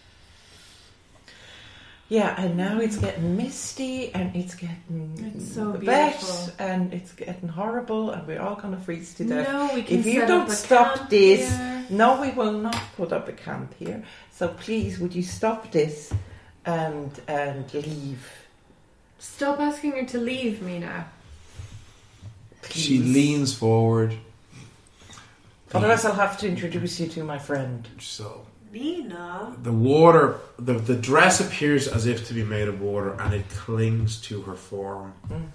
[SPEAKER 4] Yeah, and now it's getting misty and it's getting
[SPEAKER 3] It's so
[SPEAKER 4] wet
[SPEAKER 3] beautiful.
[SPEAKER 4] and it's getting horrible and we're all gonna freeze to death.
[SPEAKER 3] No, we can
[SPEAKER 4] If you
[SPEAKER 3] set
[SPEAKER 4] don't
[SPEAKER 3] up a
[SPEAKER 4] stop
[SPEAKER 3] camp
[SPEAKER 4] this-
[SPEAKER 3] here.
[SPEAKER 4] No, we will not put up a camp here. So please, would you stop this and and leave?
[SPEAKER 3] Stop asking her to leave me now.
[SPEAKER 1] She
[SPEAKER 4] Please.
[SPEAKER 1] leans forward.
[SPEAKER 4] Otherwise, I'll have to introduce you to my friend.
[SPEAKER 1] So
[SPEAKER 2] Mina.
[SPEAKER 1] the water, the, the dress appears as if to be made of water and it clings to her form
[SPEAKER 4] Mm.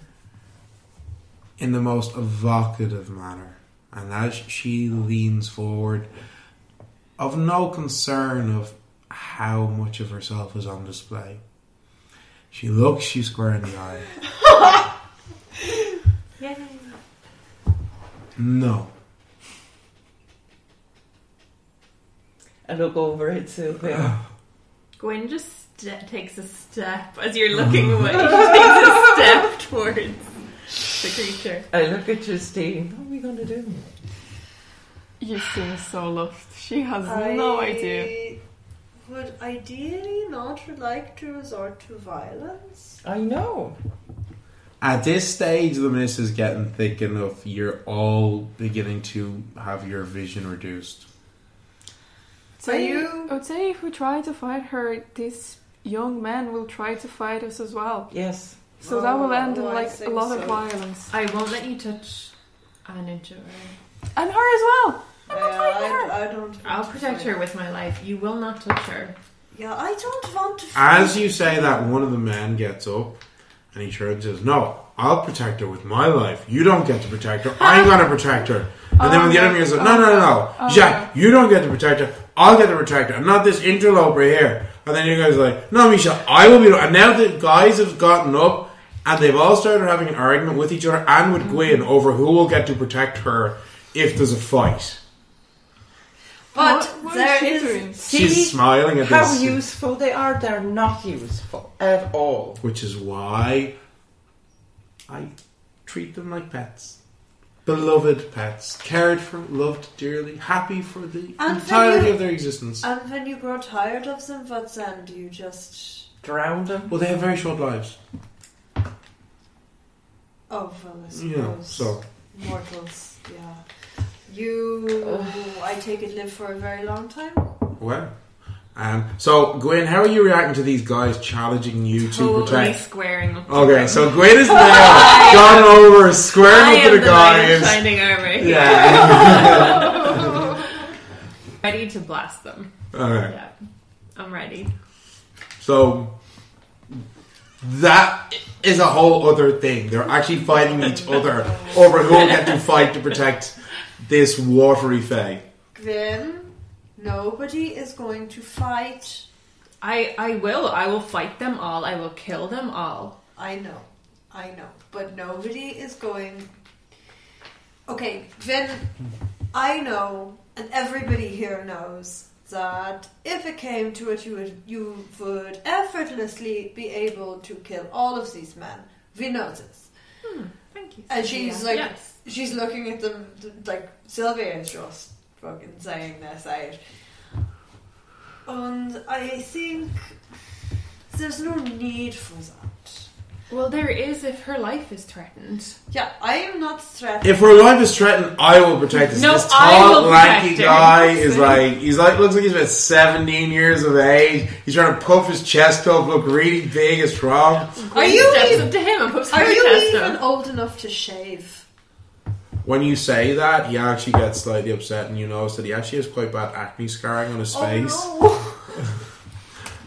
[SPEAKER 1] in the most evocative manner. And as she leans forward, of no concern of how much of herself is on display, she looks you square in the eye.
[SPEAKER 3] Yay.
[SPEAKER 1] No.
[SPEAKER 4] I look over at
[SPEAKER 1] Ah.
[SPEAKER 4] Sylvia.
[SPEAKER 3] Gwen just ste- takes a step as you're looking away. She takes a step towards the creature.
[SPEAKER 4] I look at Justine. What are we gonna do?
[SPEAKER 5] You seem so lost. She has
[SPEAKER 2] I
[SPEAKER 5] no idea.
[SPEAKER 2] Would ideally not like to resort to violence.
[SPEAKER 4] I know.
[SPEAKER 1] At this stage, the mist is getting thick enough. You're all beginning to have your vision reduced.
[SPEAKER 2] Are you?
[SPEAKER 5] I would say if we try to fight her, these young men will try to fight us as well.
[SPEAKER 4] Yes.
[SPEAKER 5] So that will end in
[SPEAKER 2] Oh, I
[SPEAKER 5] like a
[SPEAKER 2] think
[SPEAKER 5] lot
[SPEAKER 2] so.
[SPEAKER 5] of violence.
[SPEAKER 3] I won't let you touch an inch of her.
[SPEAKER 5] And her as well! I'm not
[SPEAKER 2] Yeah,
[SPEAKER 5] fighting her!
[SPEAKER 2] Uh, I, I don't. want
[SPEAKER 3] I'll
[SPEAKER 2] to
[SPEAKER 3] protect
[SPEAKER 2] fight.
[SPEAKER 3] her with my life. You will not touch her.
[SPEAKER 2] Yeah, I don't want to.
[SPEAKER 1] As
[SPEAKER 2] fight.
[SPEAKER 1] you say that, one of the men gets up and he turns and says, No, I'll protect her with my life. You don't get to protect her. I'm going
[SPEAKER 5] [laughs]
[SPEAKER 1] to protect her. And then when the
[SPEAKER 5] Oh
[SPEAKER 1] other
[SPEAKER 5] my
[SPEAKER 1] man says, No,
[SPEAKER 5] God.
[SPEAKER 1] no, no, no.
[SPEAKER 5] Oh
[SPEAKER 1] Jack, you don't get to protect her. I'll get to protect her. And not this interloper here. And then you guys are like, No, Misha, I will be. the-" And now the guys have gotten up and they've all started having an argument with each other and with Gwyn over who will get to protect her if there's a fight.
[SPEAKER 2] but
[SPEAKER 5] What- what is
[SPEAKER 2] there
[SPEAKER 5] she
[SPEAKER 2] is.
[SPEAKER 5] doing?
[SPEAKER 1] She's smiling at
[SPEAKER 4] how
[SPEAKER 1] this.
[SPEAKER 4] useful they are. They're not useful at all.
[SPEAKER 1] which is why I treat them like pets. Beloved pets, cared for, loved dearly, happy for the
[SPEAKER 2] And
[SPEAKER 1] entirety
[SPEAKER 2] they-
[SPEAKER 1] of their existence.
[SPEAKER 2] And when you grow tired of them, what then? Do you just?
[SPEAKER 4] Drown them.
[SPEAKER 1] Well, they have very short lives.
[SPEAKER 2] Oh, well, I
[SPEAKER 1] You know,
[SPEAKER 2] suppose.
[SPEAKER 1] so
[SPEAKER 2] Mortals, yeah. You, I take it, live for a very long time.
[SPEAKER 1] well. Um, so, Gwen, how are you reacting to these guys challenging you to
[SPEAKER 3] Totally
[SPEAKER 1] protect?
[SPEAKER 3] squaring up. to
[SPEAKER 1] Okay,
[SPEAKER 3] her.
[SPEAKER 1] so Gwen is
[SPEAKER 3] [laughs]
[SPEAKER 1] now gone over,
[SPEAKER 3] I
[SPEAKER 1] squaring up
[SPEAKER 3] am
[SPEAKER 1] to
[SPEAKER 3] the
[SPEAKER 1] the
[SPEAKER 3] knight in
[SPEAKER 1] guys.
[SPEAKER 3] shining armor.
[SPEAKER 1] Yeah. [laughs]
[SPEAKER 3] Ready to blast them.
[SPEAKER 1] All right.
[SPEAKER 3] Yeah, I'm ready.
[SPEAKER 1] So that is a whole other thing. They're actually fighting each other over who will get to fight to protect this watery fae.
[SPEAKER 2] Grim, nobody is going to fight.
[SPEAKER 3] I I will. I will fight them all. I will kill them all.
[SPEAKER 2] I know, I know, but nobody is going. Okay, Grim, I know, and everybody here knows that if it came to it, you would you would effortlessly be able to kill all of these men. We know this.
[SPEAKER 3] Thank you.
[SPEAKER 2] And she's like,
[SPEAKER 3] yes.
[SPEAKER 2] she's looking at them, th- like, Sylvia is just fucking saying this out. And I think there's no need for that.
[SPEAKER 3] Well, there is if her life is threatened.
[SPEAKER 2] Yeah, I am not threatened.
[SPEAKER 1] If her life is threatened, I will protect this.
[SPEAKER 3] No,
[SPEAKER 1] this
[SPEAKER 3] I
[SPEAKER 1] tall,
[SPEAKER 3] will
[SPEAKER 1] lanky
[SPEAKER 3] protect her.
[SPEAKER 1] guy is like he's like looks like he's about seventeen years of age. He's trying to puff his chest up, look really big and strong.
[SPEAKER 2] Are you
[SPEAKER 3] steps
[SPEAKER 2] even-
[SPEAKER 3] up to him and puts
[SPEAKER 2] Are
[SPEAKER 3] her
[SPEAKER 2] you
[SPEAKER 3] chest
[SPEAKER 2] even
[SPEAKER 3] up.
[SPEAKER 2] old enough to shave?
[SPEAKER 1] When you say that, he actually gets slightly upset, and you notice that he actually has quite bad acne scarring on his face.
[SPEAKER 2] Oh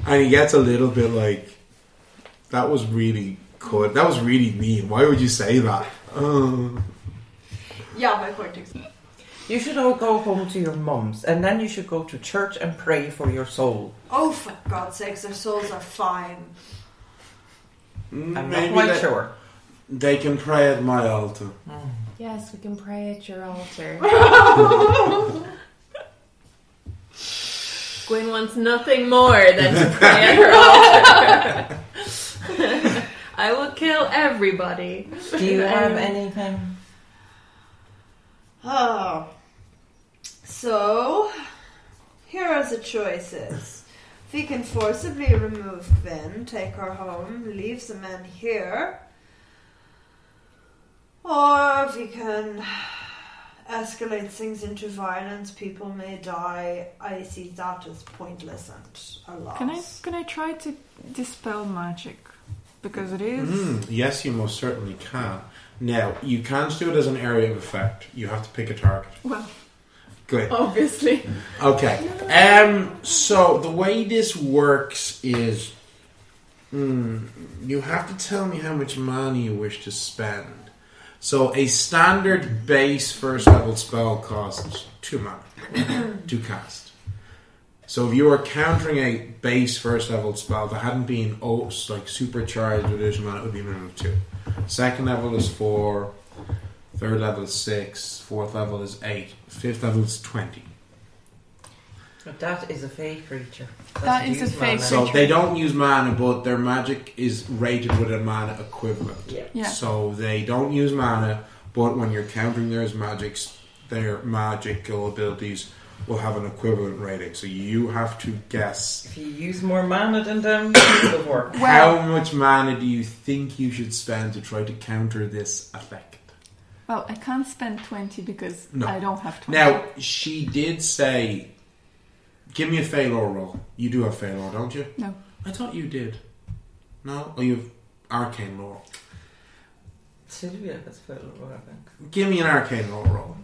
[SPEAKER 1] And he gets a little bit like, that was really good. That was really mean. Why would you say that? Uh,
[SPEAKER 2] no! [laughs] Yeah, my point is.
[SPEAKER 4] You should all go home to your mums, and then you should go to church and pray for your soul.
[SPEAKER 2] Oh, for God's sakes, their souls are fine.
[SPEAKER 4] I'm
[SPEAKER 1] Mm, maybe
[SPEAKER 4] not quite
[SPEAKER 1] that-
[SPEAKER 4] sure.
[SPEAKER 1] They can pray at my altar.
[SPEAKER 3] Yes, we can pray at your altar. Gwen wants nothing more than to pray at her altar. I will kill everybody.
[SPEAKER 4] Do
[SPEAKER 5] [laughs]
[SPEAKER 4] you have anything?
[SPEAKER 2] Oh. So, here are the choices. We can forcibly remove Gwen, take her home, leave the man here. Or we can escalate things into violence, people may die. I see that as pointless and a loss.
[SPEAKER 5] Can I can I try to dispel magic? Because it is
[SPEAKER 1] Mm, yes, you most certainly can. Now, you can't do it as an area of effect. You have to pick a target.
[SPEAKER 5] well,
[SPEAKER 1] Good.
[SPEAKER 5] obviously.
[SPEAKER 1] Okay. Um. So the way this works is, mm, you have to tell me how much money you wish to spend. So a standard base first level spell costs two mana [coughs] to cast. So if you are countering a base first level spell that hadn't been oh s- like supercharged with additional mana, it would be minimum of two. Second level is four. Third level is six. Fourth level is eight. Fifth level is twenty.
[SPEAKER 4] That is a fey creature.
[SPEAKER 5] That is a
[SPEAKER 4] use
[SPEAKER 5] fey
[SPEAKER 4] mana.
[SPEAKER 5] creature.
[SPEAKER 1] So they don't use mana, but their magic is rated with a mana equivalent.
[SPEAKER 4] Yeah.
[SPEAKER 5] Yeah.
[SPEAKER 1] So they don't use mana, but when you're countering theirs magics, their magical abilities will have an equivalent rating. So you have to guess
[SPEAKER 4] If you use more mana than them, [coughs] it'll work.
[SPEAKER 1] how much mana do you think you should spend to try to counter this effect?
[SPEAKER 5] Well, I can't spend twenty because
[SPEAKER 1] No.
[SPEAKER 5] I don't have twenty.
[SPEAKER 1] Now she did say, "Give me a fail or roll." You do have fail or, don't you?
[SPEAKER 5] No.
[SPEAKER 1] I thought you did. No, or you have arcane lore.
[SPEAKER 4] Sylvia has full of I think.
[SPEAKER 1] Give me an arcane roll. roll.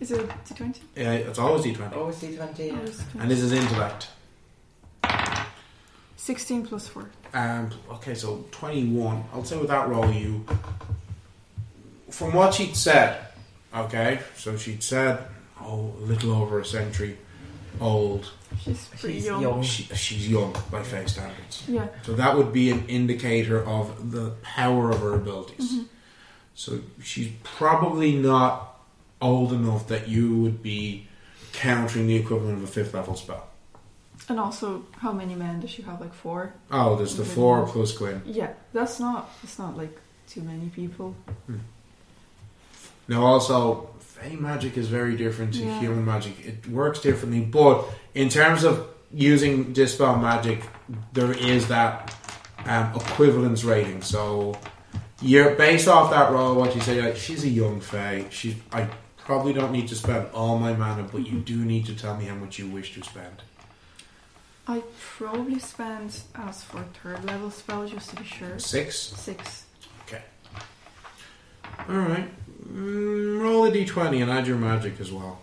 [SPEAKER 5] Is it D twenty?
[SPEAKER 1] Uh, it's always d20.
[SPEAKER 4] Always D20.
[SPEAKER 1] And this is intellect.
[SPEAKER 5] Sixteen plus four.
[SPEAKER 1] Um, okay, so 21. I'll say with that roll, you. From what she'd said, okay, so she'd said, oh, a little over a century old.
[SPEAKER 5] She's pretty
[SPEAKER 4] She's
[SPEAKER 5] young.
[SPEAKER 4] young.
[SPEAKER 1] She, she's young by face standards.
[SPEAKER 5] Yeah.
[SPEAKER 1] So that would be an indicator of the power of her abilities. So she's probably not old enough that you would be countering the equivalent of a fifth level spell.
[SPEAKER 5] And also, how many men does she have? Like four.
[SPEAKER 1] Oh, there's the four plus Gwen.
[SPEAKER 5] Yeah, that's not. It's not like too many people.
[SPEAKER 1] Now, also, Fey magic is very different to
[SPEAKER 5] Yeah.
[SPEAKER 1] human magic. It works differently, but in terms of using dispel magic, there is that um, equivalence rating. So, you're based off that role. What you say, like she's a young Fey. She's I probably don't need to spend all my mana, but you do need to tell me how much you wish to spend.
[SPEAKER 5] I probably spend as for third level spell just to be sure.
[SPEAKER 1] Six.
[SPEAKER 5] Six.
[SPEAKER 1] All right. Mm, roll a d20 and add your magic as well.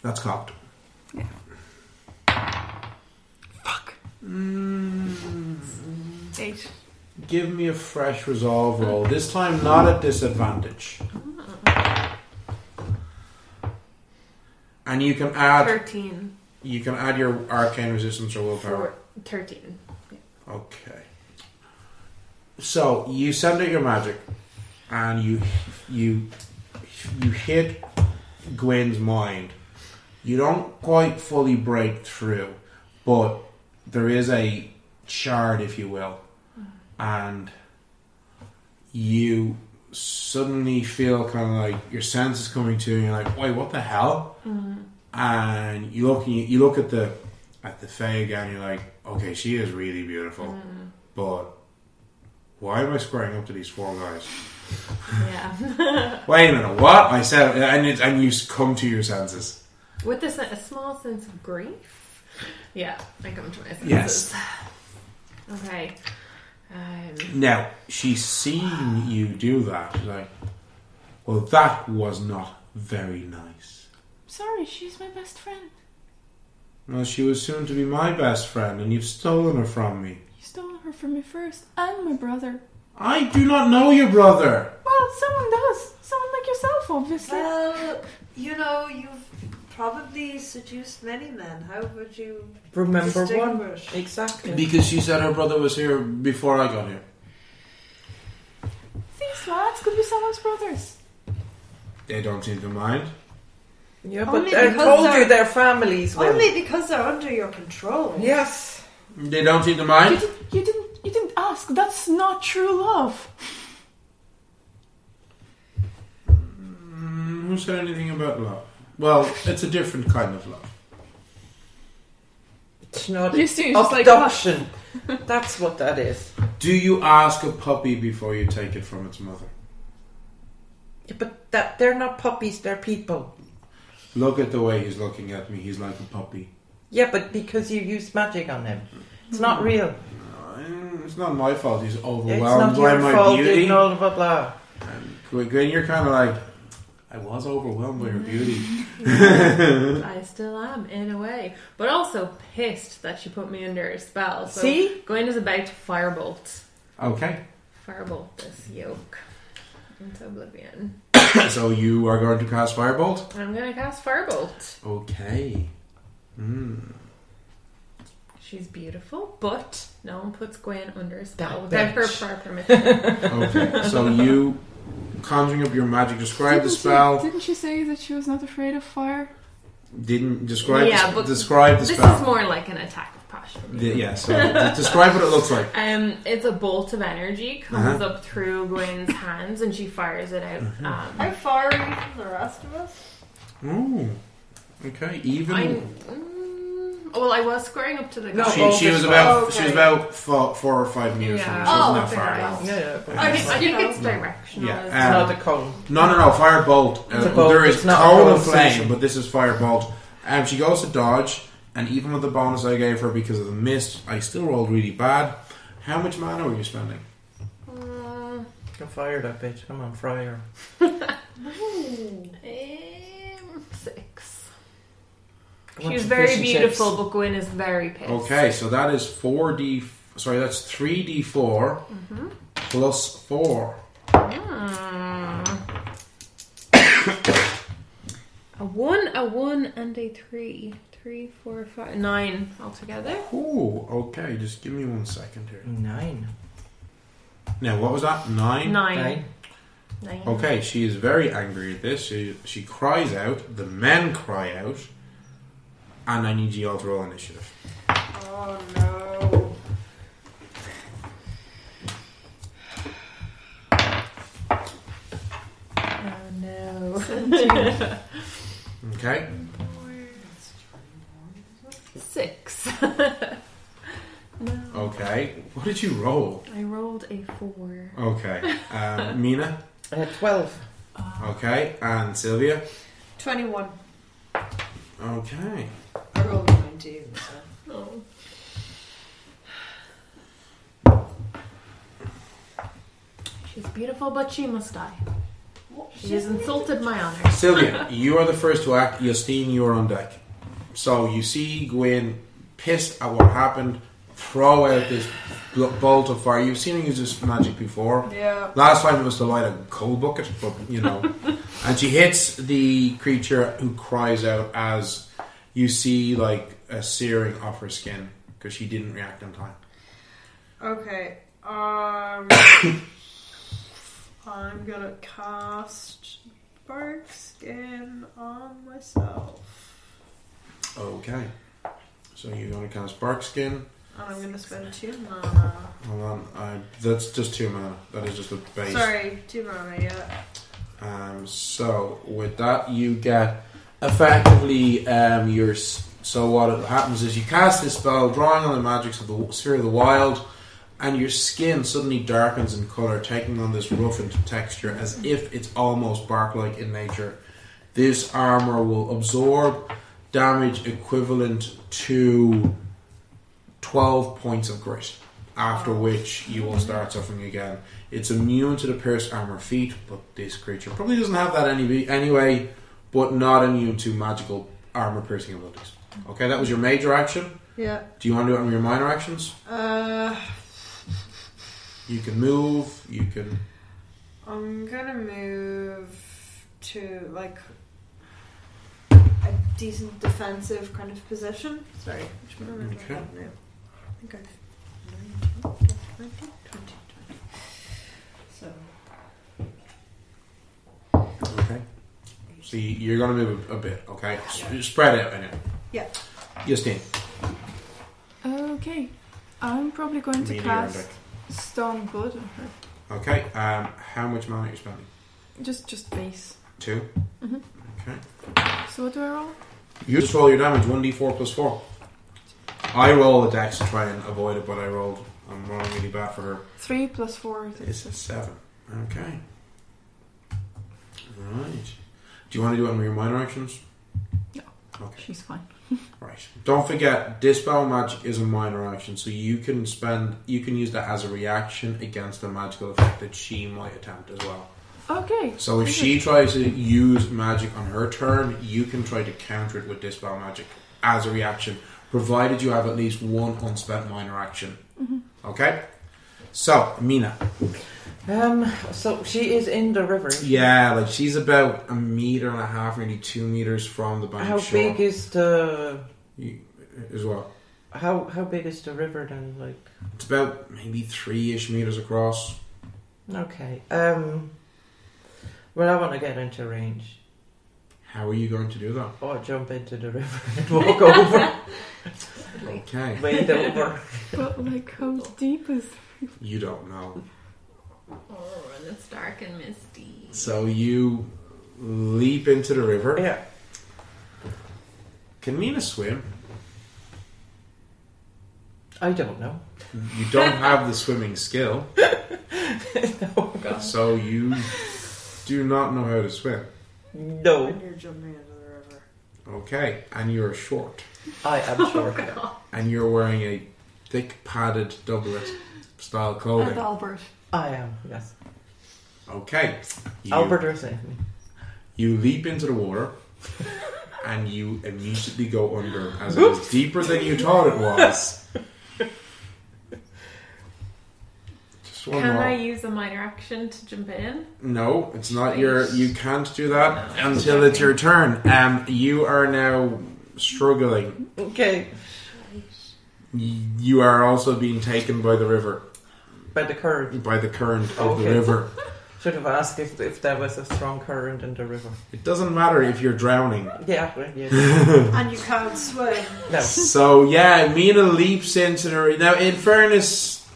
[SPEAKER 1] That's copped.
[SPEAKER 5] Fuck.
[SPEAKER 1] Mm,
[SPEAKER 5] Eight.
[SPEAKER 1] give me a fresh resolve roll. This time, not at disadvantage. And you can add
[SPEAKER 3] 13.
[SPEAKER 1] you can add your arcane resistance or willpower.
[SPEAKER 3] Four, 13.
[SPEAKER 1] Okay. So you send out your magic, and you you you hit Gwen's mind. You don't quite fully break through, but there is a shard, if you will, and you suddenly feel kind of like your senses coming to you. And you're like, wait, what the hell? And you look, you, you look at the at the Fae again. You're like, okay, she is really beautiful, but why am I squaring up to these four guys? [laughs]
[SPEAKER 3] Yeah. [laughs]
[SPEAKER 1] Wait a minute, what I said, and it, and you come to your senses.
[SPEAKER 3] With a, sen- a small sense of grief? Yeah, I come to my senses.
[SPEAKER 1] Yes.
[SPEAKER 3] [sighs] Okay. Um,
[SPEAKER 1] Now she's seen you do that. She's like, well, that was not very nice.
[SPEAKER 5] Sorry, she's my best friend.
[SPEAKER 1] Well, she was soon to be my best friend, and you've stolen her from me.
[SPEAKER 5] You stole her from me first, and my brother.
[SPEAKER 1] I do not know your brother.
[SPEAKER 5] Well, someone does. Someone like yourself, obviously.
[SPEAKER 2] Well, you know, you've probably seduced many men. How would you
[SPEAKER 4] Remember one?
[SPEAKER 2] distinguish?
[SPEAKER 4] Exactly.
[SPEAKER 1] Because she said her brother was here before I got here.
[SPEAKER 5] Flats could be someone's brothers.
[SPEAKER 1] They don't seem to mind.
[SPEAKER 4] Yeah,
[SPEAKER 2] Only
[SPEAKER 4] but they're
[SPEAKER 2] because
[SPEAKER 4] told
[SPEAKER 2] they're-
[SPEAKER 4] you their families will.
[SPEAKER 2] Only because they're under your control.
[SPEAKER 4] Yes.
[SPEAKER 1] They don't seem to
[SPEAKER 5] You,
[SPEAKER 1] mind.
[SPEAKER 5] did, you didn't. You didn't ask. That's not true love.
[SPEAKER 1] Mm, who said anything about love? Well, it's a different kind of love.
[SPEAKER 4] It's not
[SPEAKER 5] You see,
[SPEAKER 1] Oh,
[SPEAKER 5] it's just like [laughs]
[SPEAKER 4] abduction. That's what that is.
[SPEAKER 1] Do you ask a puppy before you take it from its mother?
[SPEAKER 4] Yeah, but that they're not puppies, they're people.
[SPEAKER 1] Look at the way he's looking at me. He's like a puppy.
[SPEAKER 4] Yeah, but because you used magic on him. It's not real.
[SPEAKER 1] Uh, It's not my fault. He's
[SPEAKER 4] it's
[SPEAKER 1] overwhelmed
[SPEAKER 4] not
[SPEAKER 1] by
[SPEAKER 4] your
[SPEAKER 1] my
[SPEAKER 4] fault,
[SPEAKER 1] beauty.
[SPEAKER 4] and all blah blah.
[SPEAKER 1] Gwen, Gwen, you're kind of like, I was overwhelmed by your beauty.
[SPEAKER 3] I still am, in a way. But also pissed that she put me under a spell. So
[SPEAKER 4] See?
[SPEAKER 3] Going is about to firebolt.
[SPEAKER 1] Okay.
[SPEAKER 3] Firebolt this yoke into oblivion.
[SPEAKER 1] so you are going to cast Firebolt?
[SPEAKER 3] I'm going to cast firebolt.
[SPEAKER 1] Okay. Mm.
[SPEAKER 3] She's beautiful, but no one puts Gwen under a spell without
[SPEAKER 4] That
[SPEAKER 3] her
[SPEAKER 4] bitch.
[SPEAKER 3] prior permission.
[SPEAKER 1] Okay. so you conjuring up your magic. Describe the
[SPEAKER 5] Didn't she-
[SPEAKER 1] spell.
[SPEAKER 5] didn't she say that she was not afraid of fire?
[SPEAKER 1] Didn't describe.
[SPEAKER 3] Yeah,
[SPEAKER 1] the,
[SPEAKER 3] but
[SPEAKER 1] describe the
[SPEAKER 3] this
[SPEAKER 1] spell.
[SPEAKER 3] is more like an attack of passion.
[SPEAKER 1] The- yeah. So de- describe what it looks like.
[SPEAKER 3] Um, it's a bolt of energy comes
[SPEAKER 4] Uh-huh.
[SPEAKER 3] up through Gwen's hands and she fires it out. Um,
[SPEAKER 2] How far are you from the rest of us?
[SPEAKER 1] Ooh. Okay. Even.
[SPEAKER 3] I'm, mm, well, I was squaring up to the
[SPEAKER 4] No,
[SPEAKER 3] guy.
[SPEAKER 1] she, she was
[SPEAKER 4] Oh,
[SPEAKER 1] about
[SPEAKER 2] okay.
[SPEAKER 1] she was about four, four or five meters
[SPEAKER 3] Yeah.
[SPEAKER 1] from her.
[SPEAKER 2] Oh,
[SPEAKER 1] She wasn't that far.
[SPEAKER 2] okay.
[SPEAKER 1] off.
[SPEAKER 4] Yeah, yeah, but
[SPEAKER 3] I
[SPEAKER 4] it's
[SPEAKER 3] think,
[SPEAKER 4] not-
[SPEAKER 3] I think it's
[SPEAKER 1] No.
[SPEAKER 3] directional.
[SPEAKER 1] Yeah,
[SPEAKER 3] as
[SPEAKER 1] um,
[SPEAKER 4] it's not a cone.
[SPEAKER 1] No, no, no. Firebolt.
[SPEAKER 4] It's a
[SPEAKER 1] Uh,
[SPEAKER 4] bolt,
[SPEAKER 1] there is
[SPEAKER 4] it's not
[SPEAKER 1] cone
[SPEAKER 4] a
[SPEAKER 1] of
[SPEAKER 4] bolt.
[SPEAKER 1] flame, but this is firebolt. Um, she goes to dodge, and even with the bonus I gave her because of the mist, I still rolled really bad. How much mana were you spending?
[SPEAKER 3] Mm,
[SPEAKER 4] Go fire that bitch. Come on, fryer.
[SPEAKER 3] um, six.
[SPEAKER 4] I want
[SPEAKER 3] She's
[SPEAKER 4] some
[SPEAKER 3] very
[SPEAKER 4] fish and chips.
[SPEAKER 3] beautiful, but Gwen is very pissed.
[SPEAKER 1] Okay, so that is four d. Sorry, that's three d four plus four.
[SPEAKER 3] Mm. [coughs] a one, a one, and a three. Three, four, five, nine altogether.
[SPEAKER 1] Ooh, okay. Just give me one second here.
[SPEAKER 4] Nine.
[SPEAKER 1] Now, what was that? Nine.
[SPEAKER 3] Nine.
[SPEAKER 4] Nine.
[SPEAKER 3] Nine.
[SPEAKER 1] Okay, she is very angry at this. She she cries out. The men cry out, and I need you all to roll initiative.
[SPEAKER 2] Oh no.
[SPEAKER 3] Oh no.
[SPEAKER 1] Okay.
[SPEAKER 3] Six. [laughs] no.
[SPEAKER 1] Okay. What did you roll?
[SPEAKER 3] I rolled a four. [sighs]
[SPEAKER 1] Okay. Um, Mina.
[SPEAKER 4] I had Uh, twelve.
[SPEAKER 1] Okay. And Sylvia.
[SPEAKER 2] 21.
[SPEAKER 1] Okay.
[SPEAKER 2] I rolled 19. So.
[SPEAKER 3] Oh. She's beautiful, but she must die. She has insulted my honor.
[SPEAKER 1] Sylvia, you are the first to act. Justine, you are on deck. So you see Gwyn pissed at what happened, throw out this bl- bolt of fire. You've seen her use this magic before.
[SPEAKER 2] Yeah.
[SPEAKER 1] Last time it was to light a coal bucket, but you
[SPEAKER 2] [laughs]
[SPEAKER 1] know. and she hits the creature who cries out as you see like a searing off her skin because she didn't react on time.
[SPEAKER 2] Okay. Um. [coughs] I'm gonna cast Bark Skin on myself.
[SPEAKER 1] Okay. So you're going to cast Bark Skin.
[SPEAKER 2] And I'm gonna spend two mana.
[SPEAKER 1] Hold on. I, that's just two mana. That is just a base.
[SPEAKER 2] Sorry, two mana, yeah.
[SPEAKER 1] Um, so with that, you get effectively um, your. s- So what happens is you cast this spell, drawing on the magics of the w- sphere of the wild, and your skin suddenly darkens in color, taking on this roughened texture as if it's almost bark-like in nature. This armor will absorb damage equivalent to twelve points of grit. After which you will start suffering again. It's immune to the pierced armor feat, but this creature probably doesn't have that any, anyway, but not immune to magical armor piercing abilities. Okay, that was your major action.
[SPEAKER 2] Yeah.
[SPEAKER 1] Do you want to do it on your minor actions?
[SPEAKER 2] Uh.
[SPEAKER 1] You can move, you can.
[SPEAKER 2] I'm gonna move to like a decent defensive kind of position. Sorry, which one am I
[SPEAKER 1] Okay.
[SPEAKER 2] doing that now? I think I've 19, 20, 20, 20. So
[SPEAKER 1] So you- you're going to move a a bit, okay? S- Spread out in it.
[SPEAKER 2] Yeah.
[SPEAKER 1] Justine.
[SPEAKER 5] Okay, I'm probably going to
[SPEAKER 1] meteor
[SPEAKER 5] cast
[SPEAKER 1] deck.
[SPEAKER 5] Stone Blood on her.
[SPEAKER 1] Okay. Um, how much mana are you spending?
[SPEAKER 5] Just, just base.
[SPEAKER 1] 2
[SPEAKER 5] Mhm.
[SPEAKER 1] Okay.
[SPEAKER 5] So what do I roll?
[SPEAKER 1] You just roll your damage, 1d4 plus 4. I roll the dex to try and avoid it, but I rolled. I'm rolling really bad for her.
[SPEAKER 5] Three plus four. is-
[SPEAKER 1] It's a 7. Okay. Right. Do you want to do it on your minor actions?
[SPEAKER 5] She's fine.
[SPEAKER 1] Right. Don't forget, dispel magic is a minor action, so you can spend, you can use that as a reaction against a magical effect that she might attempt as well.
[SPEAKER 5] Okay.
[SPEAKER 1] So if she tries to use magic on her turn, you can try to counter it with dispel magic as a reaction, provided you have at least one unspent minor action.
[SPEAKER 4] Mm-hmm.
[SPEAKER 1] Okay. So Mina,
[SPEAKER 4] Um, so she is in the river.
[SPEAKER 1] yeah, like she's about a meter and a half, maybe two meters from the bank.
[SPEAKER 4] How
[SPEAKER 1] shore.
[SPEAKER 4] big is the
[SPEAKER 1] You- as well?
[SPEAKER 4] how how big is the river then? Like
[SPEAKER 1] It's about maybe three-ish meters across.
[SPEAKER 4] okay. Um, well, I want to get into range.
[SPEAKER 1] How are you going to do that?
[SPEAKER 4] Or Oh, jump into the river [laughs] and walk over,
[SPEAKER 1] Okay.
[SPEAKER 4] wade over.
[SPEAKER 5] But like, how deep is?
[SPEAKER 1] You don't know.
[SPEAKER 3] Oh, and it's dark and misty.
[SPEAKER 1] So you leap into the river.
[SPEAKER 4] Yeah.
[SPEAKER 1] Can Mina swim?
[SPEAKER 4] I don't know. [laughs]
[SPEAKER 1] You don't have the swimming skill,
[SPEAKER 4] no, God.
[SPEAKER 1] so you do not know how to swim.
[SPEAKER 4] no,
[SPEAKER 2] When you're jumping into the river.
[SPEAKER 1] Okay, and you're short,
[SPEAKER 4] I am sure.
[SPEAKER 1] and you're wearing a thick padded doublet style
[SPEAKER 5] And
[SPEAKER 1] clothing.
[SPEAKER 5] Albert.
[SPEAKER 4] I am. Yes,
[SPEAKER 1] Okay, you,
[SPEAKER 4] Albert will save me.
[SPEAKER 1] you leap into the water, and you immediately go under as it is deeper than you thought it was. Just one
[SPEAKER 3] Can
[SPEAKER 1] more.
[SPEAKER 3] I use a minor action to jump in?
[SPEAKER 1] No, it's not your. You can't do that
[SPEAKER 3] No.
[SPEAKER 1] until it's your turn. Um, you are now struggling.
[SPEAKER 4] [laughs] Okay,
[SPEAKER 1] Y- You are also being taken by the river,
[SPEAKER 4] by the current.
[SPEAKER 1] by the current of the
[SPEAKER 4] Okay.
[SPEAKER 1] river.
[SPEAKER 4] Should have asked if, if there was a strong current in the river.
[SPEAKER 1] It doesn't matter if you're drowning.
[SPEAKER 4] Yeah, well, yeah.
[SPEAKER 2] And you can't swim.
[SPEAKER 4] no.
[SPEAKER 1] So yeah, Mina leaps into the river. Now, in fairness,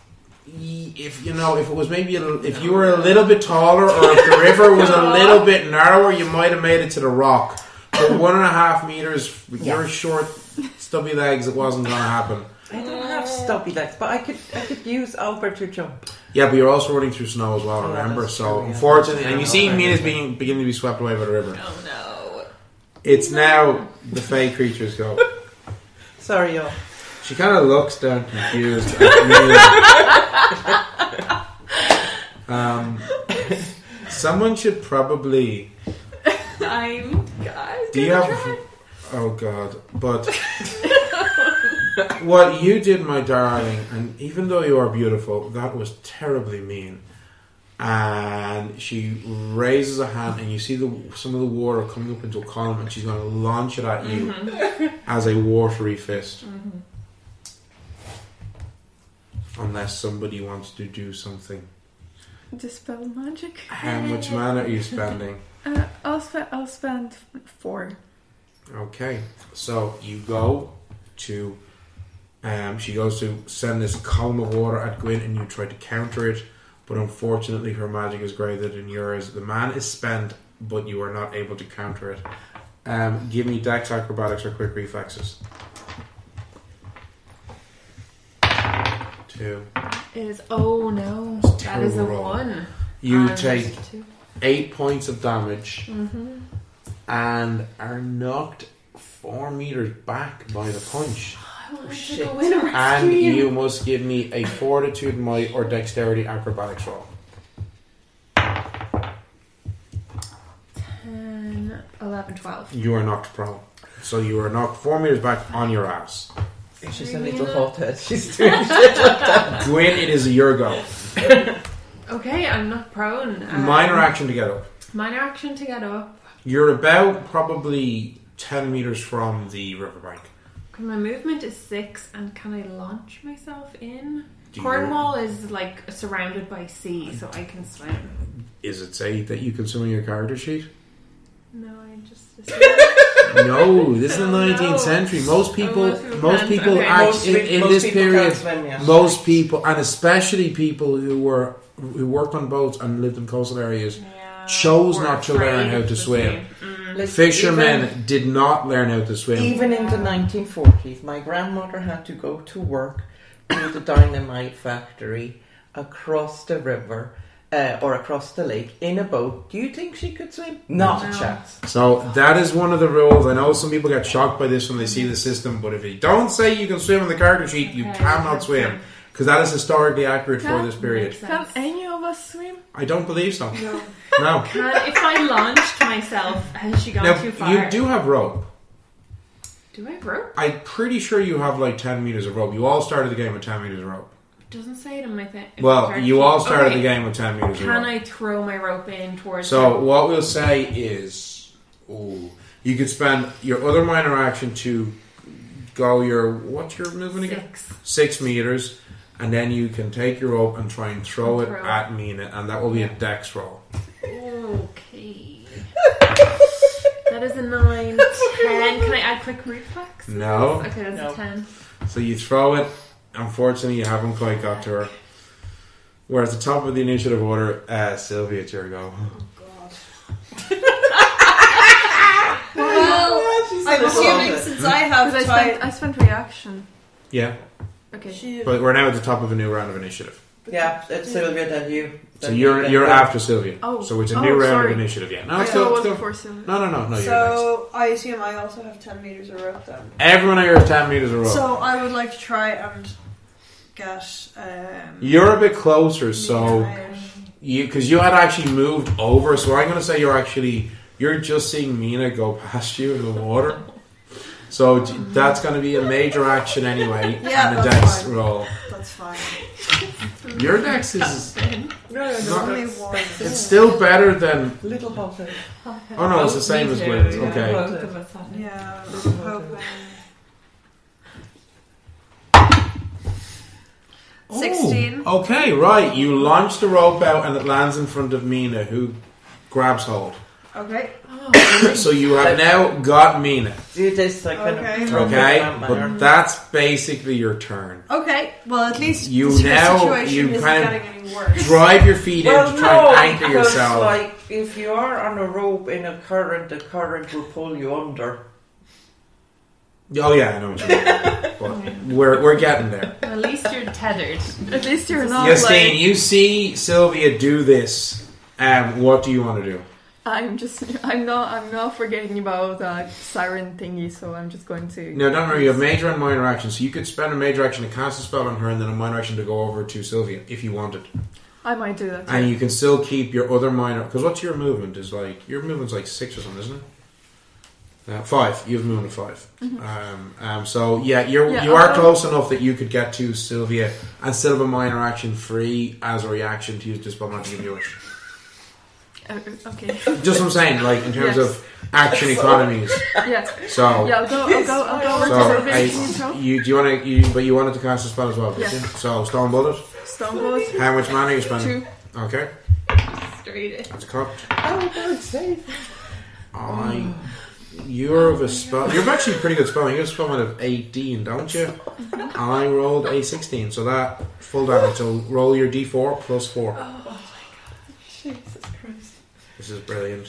[SPEAKER 1] y- if you know, if it was maybe a, l- if you were a little bit taller, or if the river was
[SPEAKER 4] [laughs]
[SPEAKER 1] a little bit narrower, you might have made it to the rock. But one and a half meters with your short, stubby legs, it wasn't going to happen.
[SPEAKER 4] I don't have stubby legs, but I could I could use Albert to jump.
[SPEAKER 1] Yeah, but you're also running through snow as well,
[SPEAKER 4] Oh,
[SPEAKER 1] remember?
[SPEAKER 4] that's
[SPEAKER 1] So
[SPEAKER 4] true, yeah.
[SPEAKER 1] unfortunately, and you
[SPEAKER 4] Yeah.
[SPEAKER 1] see Mina's being beginning to be swept away by the river.
[SPEAKER 3] Oh
[SPEAKER 1] It's now the fey creatures go.
[SPEAKER 4] Sorry, y'all.
[SPEAKER 1] She kind of looks down confused at Mina. Um, someone should probably.
[SPEAKER 3] no. I'm God.
[SPEAKER 1] Do you have? Oh God! But what you did, my darling, and even though you are beautiful, that was terribly mean. And she raises a hand, and you see the some of the water coming up into a column, and she's going to launch it at you as a watery fist. Unless somebody wants to do something.
[SPEAKER 5] Dispel magic.
[SPEAKER 1] How much mana are you spending?
[SPEAKER 5] Uh, I'll spend. I'll spend four.
[SPEAKER 1] Okay, so you go to. Um, she goes to send this column of water at Gwyn, and you try to counter it, but unfortunately, her magic is greater than yours. The man is spent, but you are not able to counter it. Um, give me dex acrobatics or quick reflexes. Two.
[SPEAKER 3] It is. Oh no.
[SPEAKER 1] It's a
[SPEAKER 3] That is a
[SPEAKER 1] terrible roll.
[SPEAKER 3] one.
[SPEAKER 1] You
[SPEAKER 3] And
[SPEAKER 1] take
[SPEAKER 3] two.
[SPEAKER 1] eight points of damage and are knocked four meters back by the punch.
[SPEAKER 3] Oh, I want to
[SPEAKER 4] shit.
[SPEAKER 3] go in and rescue
[SPEAKER 1] And
[SPEAKER 3] you.
[SPEAKER 1] you must give me a fortitude, might, or dexterity acrobatics roll.
[SPEAKER 3] 10, 11, 12.
[SPEAKER 1] You are knocked prone. So you are knocked four meters back on your ass.
[SPEAKER 4] She's a little hothead. She's doing shit.
[SPEAKER 1] Gwyn, it is your go.
[SPEAKER 3] Okay, I'm not prone. Um,
[SPEAKER 1] Minor action to get up.
[SPEAKER 3] Minor action to get up.
[SPEAKER 1] You're about probably 10 meters from the riverbank.
[SPEAKER 3] Okay, my movement is six, and can I launch myself in?
[SPEAKER 1] Do you-
[SPEAKER 3] Cornwall is like surrounded by sea, so I can swim.
[SPEAKER 1] Is it say that you can swim in your character sheet?
[SPEAKER 3] No, I
[SPEAKER 1] [laughs]
[SPEAKER 3] just.
[SPEAKER 1] No, this is the 19th
[SPEAKER 3] No.
[SPEAKER 1] century. Most people,
[SPEAKER 3] most people
[SPEAKER 1] most
[SPEAKER 3] can't.
[SPEAKER 1] people
[SPEAKER 3] Okay.
[SPEAKER 1] act
[SPEAKER 4] Most
[SPEAKER 1] in,
[SPEAKER 4] pe-
[SPEAKER 1] in
[SPEAKER 4] most
[SPEAKER 1] this
[SPEAKER 4] people
[SPEAKER 1] period.
[SPEAKER 4] can't swim, yeah.
[SPEAKER 1] Most people, and especially people who were who worked on boats and lived in coastal areas,
[SPEAKER 3] Yeah.
[SPEAKER 1] Chose
[SPEAKER 3] Or
[SPEAKER 1] not to learn
[SPEAKER 3] afraid
[SPEAKER 1] how
[SPEAKER 3] of
[SPEAKER 1] to
[SPEAKER 3] the
[SPEAKER 1] swim.
[SPEAKER 4] Listen,
[SPEAKER 1] fishermen did not learn how to swim.
[SPEAKER 4] Even, even in the 1940s, my grandmother had to go to work to the dynamite factory across the river uh, or across the lake in a boat. Do you think she could swim? Not
[SPEAKER 3] No.
[SPEAKER 4] a chance.
[SPEAKER 1] So that is one of the rules. I know some people get shocked by this when they see the system, but if you don't say you can swim on the character sheet, you
[SPEAKER 3] Okay.
[SPEAKER 1] cannot swim because that is historically accurate for
[SPEAKER 3] That
[SPEAKER 1] this period.
[SPEAKER 3] makes
[SPEAKER 5] Can
[SPEAKER 3] sense.
[SPEAKER 5] any of us swim?
[SPEAKER 1] I don't believe so.
[SPEAKER 2] No.
[SPEAKER 3] [laughs]
[SPEAKER 1] No.
[SPEAKER 3] Can- if I launched myself, has she gone
[SPEAKER 1] Now
[SPEAKER 3] too far?
[SPEAKER 1] you do have rope.
[SPEAKER 3] Do I rope?
[SPEAKER 1] I'm pretty sure you have like ten meters of rope. You all started the game with ten meters of rope.
[SPEAKER 3] Doesn't say it in my thing.
[SPEAKER 1] Well,
[SPEAKER 3] Sorry.
[SPEAKER 1] you all started
[SPEAKER 3] Okay.
[SPEAKER 1] the game with ten meters
[SPEAKER 3] Can
[SPEAKER 1] of rope.
[SPEAKER 3] I throw my rope in towards?
[SPEAKER 1] So what we'll say is, ooh, you could spend your other minor action to go your what's your movement again?
[SPEAKER 3] six?
[SPEAKER 1] six meters, and then you can take your rope and try and throw it
[SPEAKER 3] Throw.
[SPEAKER 1] at Mina, and that will be a dex roll. [laughs]
[SPEAKER 3] Okay. that is a nine. ten. Can I add quick reflex?
[SPEAKER 1] No.
[SPEAKER 3] Okay, that's
[SPEAKER 4] No.
[SPEAKER 3] a ten.
[SPEAKER 1] So you throw it. Unfortunately, you haven't quite got to her. We're at the top of the initiative order. Uh, Sylvia, it's your go.
[SPEAKER 5] Oh,
[SPEAKER 2] [laughs] God.
[SPEAKER 4] [laughs] Yeah, she's
[SPEAKER 2] I'm
[SPEAKER 4] in a
[SPEAKER 2] assuming
[SPEAKER 4] closet.
[SPEAKER 2] since I have
[SPEAKER 5] Because I
[SPEAKER 2] time.
[SPEAKER 5] spent, I spent reaction.
[SPEAKER 1] Yeah,
[SPEAKER 5] Okay.
[SPEAKER 2] She,
[SPEAKER 1] but we're now at the top of a new round of initiative.
[SPEAKER 4] Yeah, it's Sylvia than you.
[SPEAKER 1] So
[SPEAKER 4] Then
[SPEAKER 1] you're
[SPEAKER 4] then
[SPEAKER 1] you're
[SPEAKER 4] you.
[SPEAKER 1] after Sylvia.
[SPEAKER 5] Oh.
[SPEAKER 1] So it's a
[SPEAKER 5] Oh,
[SPEAKER 1] new round
[SPEAKER 5] sorry. oh,
[SPEAKER 1] of initiative. Yeah. No,
[SPEAKER 5] I
[SPEAKER 1] it's
[SPEAKER 2] Yeah.
[SPEAKER 5] thought it
[SPEAKER 1] still,
[SPEAKER 5] was
[SPEAKER 1] it's still.
[SPEAKER 5] before silver.
[SPEAKER 1] No, no, no, no. You're next.
[SPEAKER 2] so I assume I also have 10 meters of rope then.
[SPEAKER 1] Everyone here is ten meters away.
[SPEAKER 2] So I would like to try and get. Um,
[SPEAKER 1] you're a bit closer, so.
[SPEAKER 2] Mina
[SPEAKER 1] you because you had actually moved over so i'm going to say you're actually you're just seeing mina go [laughs] past you in the water so d- that's going to be a major action anyway
[SPEAKER 2] Yeah,
[SPEAKER 1] and a
[SPEAKER 2] that's
[SPEAKER 1] dex
[SPEAKER 2] fine.
[SPEAKER 1] roll
[SPEAKER 2] out. That's fine.
[SPEAKER 1] your dex is
[SPEAKER 4] No, no,
[SPEAKER 2] There's
[SPEAKER 4] no,
[SPEAKER 2] only
[SPEAKER 4] that's-
[SPEAKER 2] one.
[SPEAKER 1] it's still better than
[SPEAKER 4] Little hotter.
[SPEAKER 1] oh no it's the same as blitz
[SPEAKER 4] yeah.
[SPEAKER 1] okay
[SPEAKER 4] Well,
[SPEAKER 3] Both of us have it.
[SPEAKER 2] Yeah, I'm hoping. Sixteen.
[SPEAKER 1] Ooh, okay right you launch the rope out and it lands in front of mina who grabs hold
[SPEAKER 2] Okay.
[SPEAKER 3] Oh,
[SPEAKER 1] so you have now got mina
[SPEAKER 4] Do this, I kind
[SPEAKER 2] Okay.
[SPEAKER 4] of throw my
[SPEAKER 1] okay
[SPEAKER 4] grandmother.
[SPEAKER 1] but that's basically your turn
[SPEAKER 2] Okay. Well, at least
[SPEAKER 1] You
[SPEAKER 2] this your
[SPEAKER 1] now-
[SPEAKER 2] situation
[SPEAKER 1] you
[SPEAKER 2] isn't
[SPEAKER 1] kind of-
[SPEAKER 2] getting any worse.
[SPEAKER 1] drive your feet in
[SPEAKER 4] Well,
[SPEAKER 1] to try
[SPEAKER 4] no,
[SPEAKER 1] and anchor
[SPEAKER 4] because
[SPEAKER 1] yourself
[SPEAKER 4] like if you are on a rope in a current, the current will pull you under. [laughs]
[SPEAKER 1] Oh yeah, I know what you mean. But we're we're getting there.
[SPEAKER 3] at least you're tethered.
[SPEAKER 5] At least you're not
[SPEAKER 1] Justine,
[SPEAKER 5] like
[SPEAKER 1] you see Sylvia do this. Um, what do you want to do?
[SPEAKER 5] I'm just I'm not I'm not forgetting about that siren thingy, so I'm just going to
[SPEAKER 1] Now, don't worry, you have major and minor action, so you could spend a major action to cast a spell on her, and then a minor action to go over to Sylvia if you wanted.
[SPEAKER 5] I might do that.
[SPEAKER 1] And you can still keep your other minor because what's your movement is like your movement's like six or something, isn't it? Uh, five. You have movement of 5 Um, um, so yeah, you're
[SPEAKER 5] Mm-hmm. Yeah, uh-huh.
[SPEAKER 1] you are
[SPEAKER 5] I'll-
[SPEAKER 1] close enough that you could get to Sylvia and still have a minor action free as a reaction to use dispel magic if you wish.
[SPEAKER 5] Uh, okay.
[SPEAKER 1] Just what I'm saying, like in terms
[SPEAKER 5] Yes.
[SPEAKER 1] of action economies.
[SPEAKER 5] yeah.
[SPEAKER 1] So,
[SPEAKER 5] Yeah, I'll go I'll go I'll go over
[SPEAKER 1] so
[SPEAKER 5] to Sylvia. Can you
[SPEAKER 1] I,
[SPEAKER 5] throw?
[SPEAKER 1] you do you want to? You, but you wanted to cast a spell as well, did
[SPEAKER 5] Yeah.
[SPEAKER 1] you? So stone bullet.
[SPEAKER 5] Stumbles
[SPEAKER 1] How much mana are you spending?
[SPEAKER 5] two.
[SPEAKER 1] Okay,
[SPEAKER 3] Straight in.
[SPEAKER 1] that's cocked.
[SPEAKER 4] Oh, God's sake!
[SPEAKER 1] I. You're of a spell. You're actually pretty good spelling. You're a spellman of 18, don't you? I rolled a 16, so that full damage. So roll your d4 plus 4.
[SPEAKER 4] Jesus Christ!
[SPEAKER 1] This is brilliant.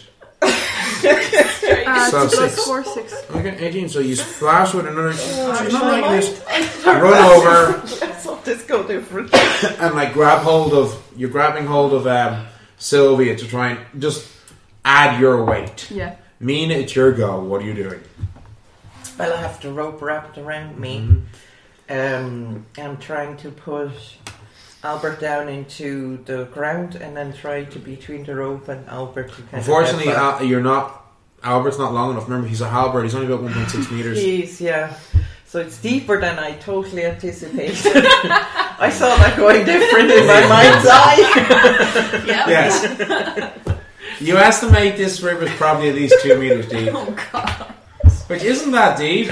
[SPEAKER 5] Uh,
[SPEAKER 1] So
[SPEAKER 5] two plus
[SPEAKER 1] six.
[SPEAKER 5] four six.
[SPEAKER 1] Okay, 18. So you splash with another. She's not like this.
[SPEAKER 4] Run
[SPEAKER 1] Run over.
[SPEAKER 4] Let's not this go different.
[SPEAKER 1] and like grab hold of you're grabbing hold of um, Sylvia to try and just add your weight.
[SPEAKER 5] Yeah.
[SPEAKER 1] Mina, it's your go. What are you doing?
[SPEAKER 4] Well, I have the rope wrapped around me.
[SPEAKER 1] Mm-hmm.
[SPEAKER 4] Um, I'm trying to push Albert down into the ground and then try to between the rope and Albert. To kind
[SPEAKER 1] Unfortunately,
[SPEAKER 4] of get back.
[SPEAKER 1] Al- you're not. Albert's not long enough. Remember, he's a halberd. He's only about
[SPEAKER 4] [laughs]
[SPEAKER 1] 1.6 meters.
[SPEAKER 4] Jeez, yeah. So it's deeper than I totally anticipated. [laughs] I saw that going different in
[SPEAKER 1] [laughs]
[SPEAKER 4] my mind's eye.
[SPEAKER 3] Yep.
[SPEAKER 1] yes. You
[SPEAKER 4] [laughs]
[SPEAKER 1] estimate this river's probably at least two meters deep,
[SPEAKER 3] Oh god.
[SPEAKER 1] which isn't that deep.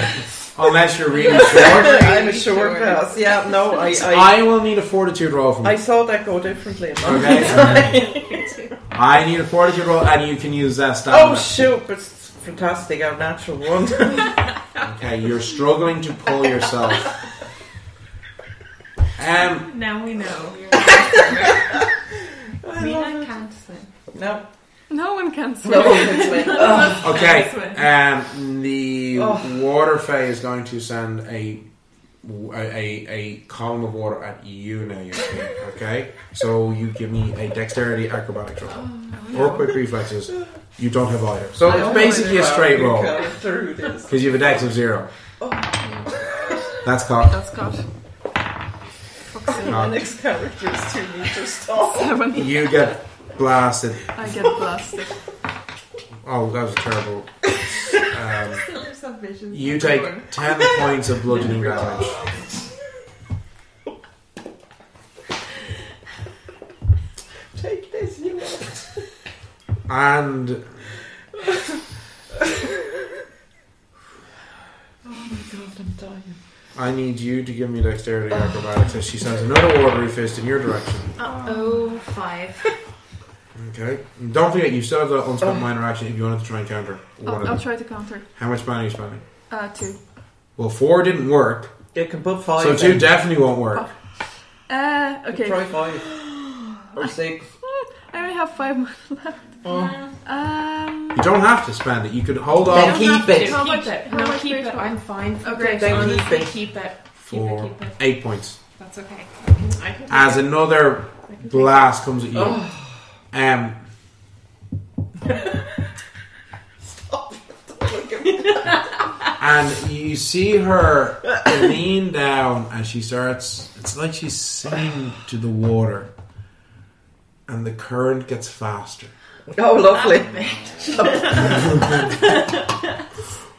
[SPEAKER 1] unless you're really short.
[SPEAKER 4] I'm a short pass. Yeah, no, [laughs] I, I,
[SPEAKER 1] I will need a fortitude roll from
[SPEAKER 4] I
[SPEAKER 1] you.
[SPEAKER 4] saw that go differently. [laughs]
[SPEAKER 1] Okay. I need a fortitude roll, and you can use that stamina.
[SPEAKER 4] oh shoot, but it's fantastic. Our natural one. [laughs]
[SPEAKER 1] Okay, you're struggling to pull yourself. Um, [laughs]
[SPEAKER 3] Now we know. Mina can't swim.
[SPEAKER 4] no,
[SPEAKER 5] No one can
[SPEAKER 4] [laughs]
[SPEAKER 5] swim.
[SPEAKER 4] no, [laughs] it's like, oh,
[SPEAKER 1] okay.
[SPEAKER 3] Nice one.
[SPEAKER 1] Um, the
[SPEAKER 4] Oh.
[SPEAKER 1] water fay is going to send a a, a, a column of water at you now. You're saying, okay, so you give me a dexterity acrobatics roll or quick reflexes. You don't have either, so
[SPEAKER 4] Oh, I
[SPEAKER 1] it's basically a
[SPEAKER 4] wonder how
[SPEAKER 1] straight
[SPEAKER 4] we
[SPEAKER 1] roll
[SPEAKER 4] got Through this.
[SPEAKER 1] because you have a dex of zero.
[SPEAKER 4] Oh.
[SPEAKER 1] That's caught.
[SPEAKER 5] That's caught.
[SPEAKER 4] My next character is two meters tall.
[SPEAKER 5] Seven.
[SPEAKER 1] You get blasted.
[SPEAKER 5] I get blasted.
[SPEAKER 1] Oh, that was terrible. Um,
[SPEAKER 3] There's some visions.
[SPEAKER 1] You take
[SPEAKER 4] [laughs]
[SPEAKER 1] ten points of bludgeoning damage.
[SPEAKER 4] Take this, you.
[SPEAKER 1] And
[SPEAKER 4] Oh I'm dying.
[SPEAKER 1] I need you to give me dexterity acrobatics as she sends another watery fist in your direction.
[SPEAKER 3] Oh, five.
[SPEAKER 1] Okay. And don't forget, you still have the unspent
[SPEAKER 4] Oh.
[SPEAKER 1] minor action if you wanted to try and counter one
[SPEAKER 5] I'll,
[SPEAKER 1] of
[SPEAKER 5] I'll
[SPEAKER 1] them.
[SPEAKER 5] try to counter.
[SPEAKER 1] How much mana are you spending?
[SPEAKER 5] Uh, two.
[SPEAKER 1] Well, four didn't work,
[SPEAKER 4] You can put five.
[SPEAKER 1] so two
[SPEAKER 4] in.
[SPEAKER 1] definitely won't work.
[SPEAKER 5] Uh,
[SPEAKER 4] Try
[SPEAKER 5] okay.
[SPEAKER 4] five or six.
[SPEAKER 5] I only have five more left.
[SPEAKER 4] Oh.
[SPEAKER 5] Um,
[SPEAKER 1] You don't have to spend it. You could hold
[SPEAKER 4] Then
[SPEAKER 1] on
[SPEAKER 4] keep it.
[SPEAKER 3] How
[SPEAKER 5] Keep
[SPEAKER 3] much?
[SPEAKER 5] it.
[SPEAKER 3] How
[SPEAKER 5] No,
[SPEAKER 3] much
[SPEAKER 5] keep
[SPEAKER 3] keep
[SPEAKER 5] it.
[SPEAKER 3] it. I'm fine. For
[SPEAKER 5] Okay,
[SPEAKER 3] this.
[SPEAKER 4] then keep
[SPEAKER 3] honestly,
[SPEAKER 4] it.
[SPEAKER 3] keep it. Keep it.
[SPEAKER 1] for
[SPEAKER 3] Keep it.
[SPEAKER 1] eight points
[SPEAKER 3] That's okay. I can,
[SPEAKER 1] as another
[SPEAKER 3] I can take
[SPEAKER 1] blast comes at you.
[SPEAKER 4] Oh.
[SPEAKER 1] Um,
[SPEAKER 4] Oh.
[SPEAKER 1] and you see her [coughs] lean down and she starts it's like she's singing to the water and the current gets faster
[SPEAKER 4] Oh, lovely.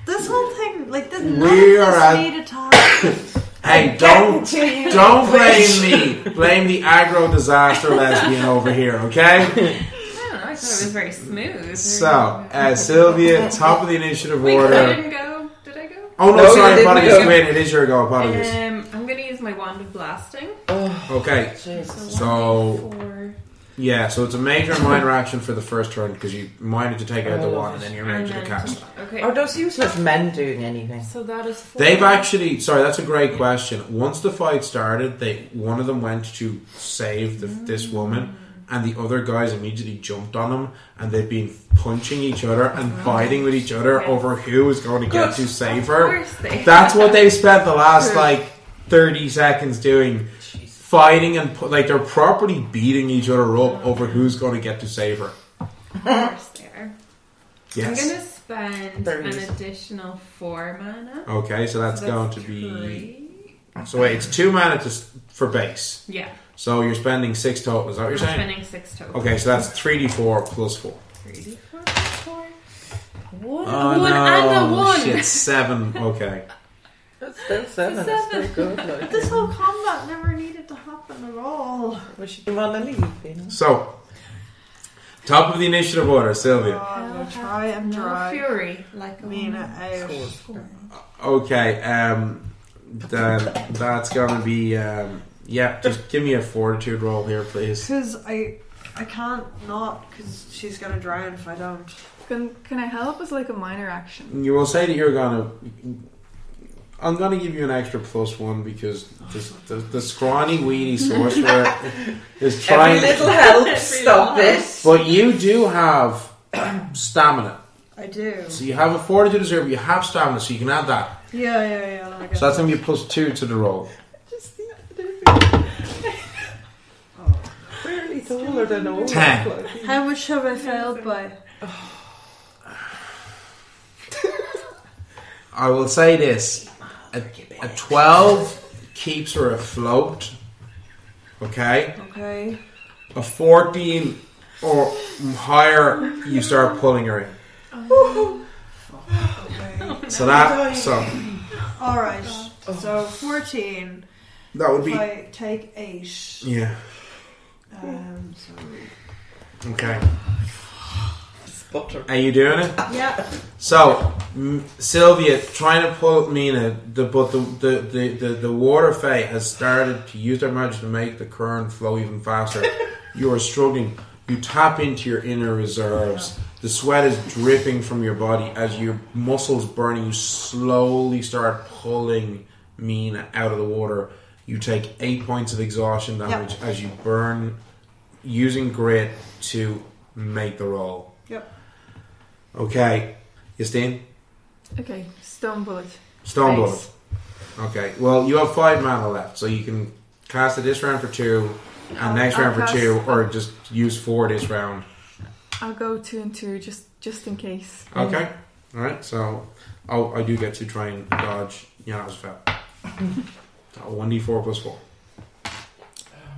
[SPEAKER 2] This whole thing, like this, none of
[SPEAKER 1] We
[SPEAKER 2] this
[SPEAKER 1] are at-
[SPEAKER 2] made at all.
[SPEAKER 1] hey don't [laughs] don't blame me blame the aggro disaster lesbian over here
[SPEAKER 3] [laughs]
[SPEAKER 1] okay
[SPEAKER 3] I don't know. I thought it was very smooth.
[SPEAKER 1] so uh, sylvia top of the initiative
[SPEAKER 3] Wait, I
[SPEAKER 1] order
[SPEAKER 3] didn't go. Did I go?
[SPEAKER 1] oh no,
[SPEAKER 4] No, you
[SPEAKER 1] sorry
[SPEAKER 4] didn't
[SPEAKER 1] apologies
[SPEAKER 4] go.
[SPEAKER 1] wait Oh, it is your go apologies
[SPEAKER 3] Um, I'm gonna use my wand of blasting.
[SPEAKER 4] Oh,
[SPEAKER 3] Uh,
[SPEAKER 1] okay
[SPEAKER 4] jeez.
[SPEAKER 1] so
[SPEAKER 3] Four.
[SPEAKER 1] Yeah, so it's a major and minor action for the first turn because you minor to take out the
[SPEAKER 4] Oh,
[SPEAKER 1] one and then you're
[SPEAKER 3] and
[SPEAKER 1] major to
[SPEAKER 3] then-
[SPEAKER 1] cast.
[SPEAKER 4] Are
[SPEAKER 3] Okay.
[SPEAKER 4] those useless men doing anything?
[SPEAKER 3] So that is four.
[SPEAKER 1] They've actually sorry, that's a great question. Once the fight started, they one of them went to save the, this woman, and the other guys immediately jumped on them, and they've been punching each other and fighting with each other
[SPEAKER 3] Yes.
[SPEAKER 1] over who is going to get
[SPEAKER 4] Good.
[SPEAKER 1] to save
[SPEAKER 3] Of
[SPEAKER 1] her.
[SPEAKER 3] course they-
[SPEAKER 1] That's what they spent the last
[SPEAKER 3] True.
[SPEAKER 1] like thirty seconds doing.
[SPEAKER 4] Jeez.
[SPEAKER 1] Fighting and pu- like they're properly beating each other up over who's going to get to save her.
[SPEAKER 3] Of course they are. I'm
[SPEAKER 1] Yes.
[SPEAKER 3] gonna spend
[SPEAKER 4] Very
[SPEAKER 3] an
[SPEAKER 4] easy.
[SPEAKER 3] additional four mana.
[SPEAKER 1] Okay, so that's,
[SPEAKER 3] So
[SPEAKER 1] going to be.
[SPEAKER 3] three.
[SPEAKER 1] So wait, it's two mana to, s- for base.
[SPEAKER 3] Yeah,
[SPEAKER 1] So you're spending six total. Is that what
[SPEAKER 3] I'm
[SPEAKER 1] you're saying?
[SPEAKER 3] spending six tokens.
[SPEAKER 1] Okay, so that's three d four plus four.
[SPEAKER 3] Three, four, four. One,
[SPEAKER 1] Oh,
[SPEAKER 3] one,
[SPEAKER 1] no.
[SPEAKER 3] and a one.
[SPEAKER 1] Shit, seven. Okay.
[SPEAKER 4] That's still seven.
[SPEAKER 3] It's
[SPEAKER 4] That's still good. Like,
[SPEAKER 2] This whole combat never needed to happen at all.
[SPEAKER 4] we should want to leave, you know.
[SPEAKER 1] So top of the initiative order, Sylvia.
[SPEAKER 2] I'm gonna try. I'm
[SPEAKER 3] No
[SPEAKER 2] dry.
[SPEAKER 3] fury, like um,
[SPEAKER 2] I mean,
[SPEAKER 3] [laughs] a
[SPEAKER 2] I. uh,
[SPEAKER 1] Okay. Um, then that's gonna be. Um, yeah, just give me a fortitude roll here, please.
[SPEAKER 2] Because I, I can't not. Because she's gonna drown if I don't.
[SPEAKER 5] can can I help as like a minor action?
[SPEAKER 1] You will say that you're gonna. I'm gonna give you an extra plus one because this, the, the scrawny weedy
[SPEAKER 4] [laughs]
[SPEAKER 1] sorcerer is
[SPEAKER 4] Every
[SPEAKER 1] trying.
[SPEAKER 4] little helps. Stop this.
[SPEAKER 1] But you do have stamina,
[SPEAKER 2] I do.
[SPEAKER 1] so you have a fortitude reserve. You have stamina, so you can add that.
[SPEAKER 2] Yeah, yeah, yeah. oh I guess.
[SPEAKER 1] So that's gonna be a plus two to the roll.
[SPEAKER 2] Oh.
[SPEAKER 4] Barely taller than old.
[SPEAKER 1] Ten.
[SPEAKER 2] How much have I failed by?
[SPEAKER 1] I will say this: a, a twelve keeps her afloat. Okay,
[SPEAKER 2] Okay.
[SPEAKER 1] a fourteen or higher, you start pulling her in.
[SPEAKER 2] Okay.
[SPEAKER 1] So that so.
[SPEAKER 2] All right. So fourteen.
[SPEAKER 1] That would
[SPEAKER 2] If
[SPEAKER 1] be
[SPEAKER 2] I take eight.
[SPEAKER 1] yeah.
[SPEAKER 2] Um, so
[SPEAKER 1] Okay.
[SPEAKER 4] Sputter.
[SPEAKER 1] Are you doing it?
[SPEAKER 2] yeah.
[SPEAKER 1] So M- Sylvia trying to pull Mina, the, but the the, the, the the water fae has started to use their magic to make the current flow even faster. you are struggling. You tap into your inner reserves. The sweat is dripping from your body as your muscles burning. You slowly start pulling Mina out of the water. You take eight points of exhaustion damage as you burn, using grit to make the roll.
[SPEAKER 2] Yep.
[SPEAKER 1] Okay, Justine.
[SPEAKER 5] Okay, stone bullet.
[SPEAKER 1] Stone
[SPEAKER 3] Nice.
[SPEAKER 1] bullet. Okay. Well, you have five mana left, so you can cast it this round for two, and
[SPEAKER 5] I'll-
[SPEAKER 1] next
[SPEAKER 5] I'll
[SPEAKER 1] round for
[SPEAKER 5] cast-
[SPEAKER 1] two, or just use four this round.
[SPEAKER 5] I'll go two and two just just in case.
[SPEAKER 1] Okay. All right. So, oh, I do get to try and dodge Yana's fell. One d four plus four.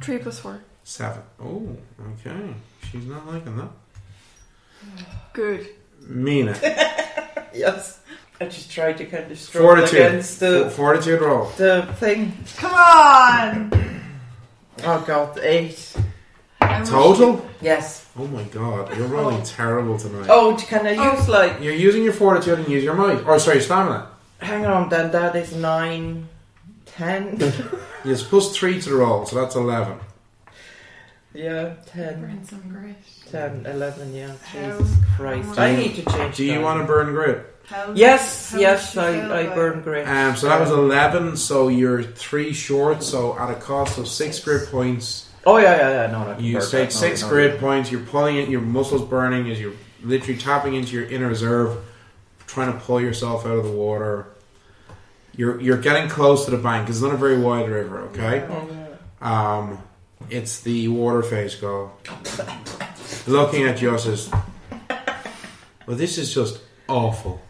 [SPEAKER 5] Three plus four.
[SPEAKER 1] Seven. Oh, okay. She's not liking that.
[SPEAKER 5] Good.
[SPEAKER 1] Mina.
[SPEAKER 4] Yes. I just tried to kind of struggle
[SPEAKER 1] Fortitude.
[SPEAKER 4] against
[SPEAKER 1] F-
[SPEAKER 4] the,
[SPEAKER 1] Fortitude roll.
[SPEAKER 4] the thing.
[SPEAKER 2] Come on!
[SPEAKER 4] Oh god, eight.
[SPEAKER 1] Total?
[SPEAKER 4] Yes.
[SPEAKER 1] Oh my god. You're rolling terrible tonight.
[SPEAKER 4] Oh, can I use like.
[SPEAKER 1] You're using your fortitude and use your might. Or, sorry, stamina.
[SPEAKER 4] Hang on, then that is nine, ten. [laughs]
[SPEAKER 1] It's plus three to the roll, so that's 11.
[SPEAKER 4] yeah, ten,
[SPEAKER 3] Burn some grit.
[SPEAKER 4] ten, eleven. yeah.
[SPEAKER 2] How-
[SPEAKER 4] Jesus Christ.
[SPEAKER 2] Do
[SPEAKER 4] I
[SPEAKER 1] you-
[SPEAKER 4] need to change
[SPEAKER 1] Do you
[SPEAKER 4] that.
[SPEAKER 1] want to burn grit?
[SPEAKER 2] How-
[SPEAKER 4] Yes,
[SPEAKER 2] how
[SPEAKER 4] yes,
[SPEAKER 2] much you feel
[SPEAKER 4] I, I
[SPEAKER 2] like-
[SPEAKER 4] burn great.
[SPEAKER 1] Um, so that was 11, so you're three short, so at a cost of six grit points,
[SPEAKER 4] Oh, yeah, yeah, yeah, no, no.
[SPEAKER 1] you
[SPEAKER 4] burn
[SPEAKER 1] take
[SPEAKER 4] that, no,
[SPEAKER 1] six
[SPEAKER 4] no,
[SPEAKER 1] grit points, you're pulling it, your muscles burning as you're literally tapping into your inner reserve, trying to pull yourself out of the water. You're, you're getting close to the bank, it's not a very wide river, okay?
[SPEAKER 4] no. Oh, yeah.
[SPEAKER 1] Um, it's the water phase go. Looking at yours is well, this is just awful.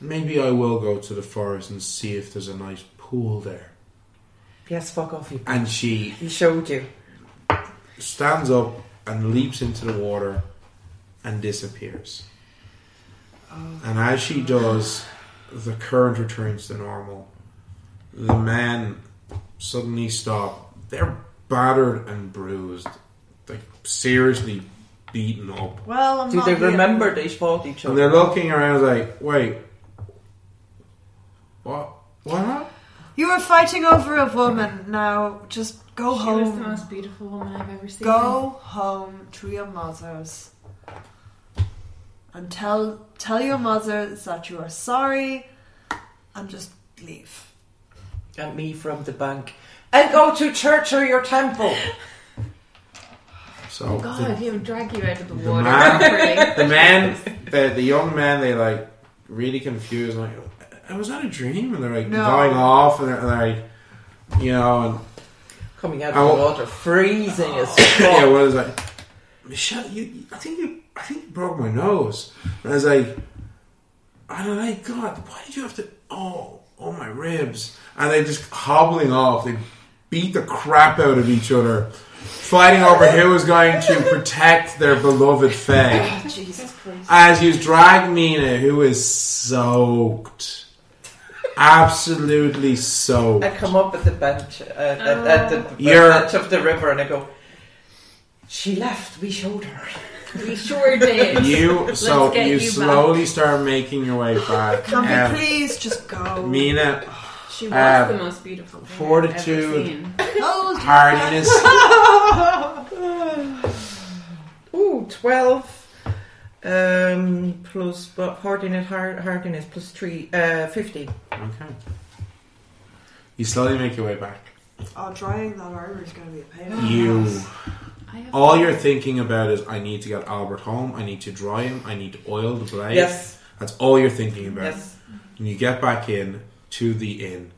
[SPEAKER 1] Maybe I will go to the forest and see if there's a nice pool there.
[SPEAKER 4] Yes, fuck off, you.
[SPEAKER 1] And she
[SPEAKER 4] He showed you.
[SPEAKER 1] stands up and leaps into the water and disappears. And as she does, the current returns to normal. The men suddenly stop. They're battered and bruised, like seriously beaten up.
[SPEAKER 2] Well, I'm
[SPEAKER 4] Do
[SPEAKER 2] not
[SPEAKER 4] they
[SPEAKER 2] here.
[SPEAKER 4] remember they fought each
[SPEAKER 1] And
[SPEAKER 4] other?
[SPEAKER 1] they're looking around like, wait, what? What? hap-
[SPEAKER 2] You were fighting over a woman. Now just go
[SPEAKER 3] she was the
[SPEAKER 2] home.
[SPEAKER 3] most beautiful woman I've ever seen.
[SPEAKER 2] Go home to your mothers. And tell tell your mother that you are sorry and just leave.
[SPEAKER 4] And me from the bank. And go to church or your temple.
[SPEAKER 1] So
[SPEAKER 3] God, he would drag you out of the,
[SPEAKER 1] The
[SPEAKER 3] water.
[SPEAKER 1] man-
[SPEAKER 3] properly.
[SPEAKER 1] the,
[SPEAKER 3] [laughs]
[SPEAKER 1] the men, the, the young men, they like really confused. Like, "Uh, was that a dream? And they're like
[SPEAKER 2] No.
[SPEAKER 1] going off, and they're, and they're like, you know, and
[SPEAKER 4] Coming out
[SPEAKER 1] Oh.
[SPEAKER 4] of the water, freezing as
[SPEAKER 1] [laughs] yeah,
[SPEAKER 4] fuck.
[SPEAKER 1] what is like, Michelle, you, you- I think you, I think you broke my nose. And I was like, and I'm like, God, why did you have to? Oh, oh my ribs! And they just hobbling off. They beat the crap out of each other, fighting over who was going to protect their beloved Faye.
[SPEAKER 2] Jesus Christ.
[SPEAKER 1] As you drag Mina, who is soaked. Absolutely soaked.
[SPEAKER 4] I come up at the bench uh, at, at the b-
[SPEAKER 1] Oh. You're-
[SPEAKER 4] bench of the river, and I go. She left. We
[SPEAKER 1] [laughs]
[SPEAKER 4] showed her.
[SPEAKER 3] we sure did.
[SPEAKER 1] You so
[SPEAKER 3] get
[SPEAKER 1] you,
[SPEAKER 3] you back.
[SPEAKER 1] slowly start making your way back.
[SPEAKER 2] Can
[SPEAKER 1] Um,
[SPEAKER 2] we please just go?
[SPEAKER 1] Mina,
[SPEAKER 3] She was
[SPEAKER 1] Um,
[SPEAKER 3] the most beautiful thing I've ever
[SPEAKER 1] fortitude.
[SPEAKER 3] seen.
[SPEAKER 2] Hold your
[SPEAKER 1] hardiness.
[SPEAKER 4] Ooh, 12 um, plus but hardiness, hard, hardiness plus three, uh, 15.
[SPEAKER 1] Okay. You slowly make your way back.
[SPEAKER 2] Oh, drying that armor is going to be a pain. in the
[SPEAKER 1] You
[SPEAKER 2] ass.
[SPEAKER 3] I have
[SPEAKER 1] all you're thinking about is I need to get Albert home, I need to dry him, I need to oil the blade.
[SPEAKER 4] Yes,
[SPEAKER 1] That's all you're thinking about.
[SPEAKER 4] yes.
[SPEAKER 1] And you get back in to the inn.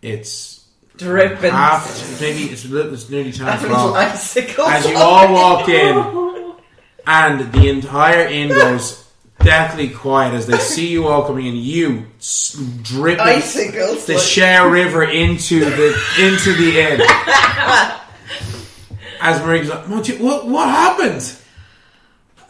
[SPEAKER 1] It's
[SPEAKER 4] Dripping. [laughs]
[SPEAKER 1] half maybe it's, a little- it's nearly ten
[SPEAKER 4] Every
[SPEAKER 1] o'clock.
[SPEAKER 4] icicle.
[SPEAKER 1] As you all walk in, and the entire inn goes deathly quiet as they see you all coming in, you s- dripping
[SPEAKER 4] Icicles.
[SPEAKER 1] the
[SPEAKER 4] like-
[SPEAKER 1] Share River into the into the
[SPEAKER 2] [laughs]
[SPEAKER 1] inn. As Marie goes, like, "Mon Dieu, what what happened?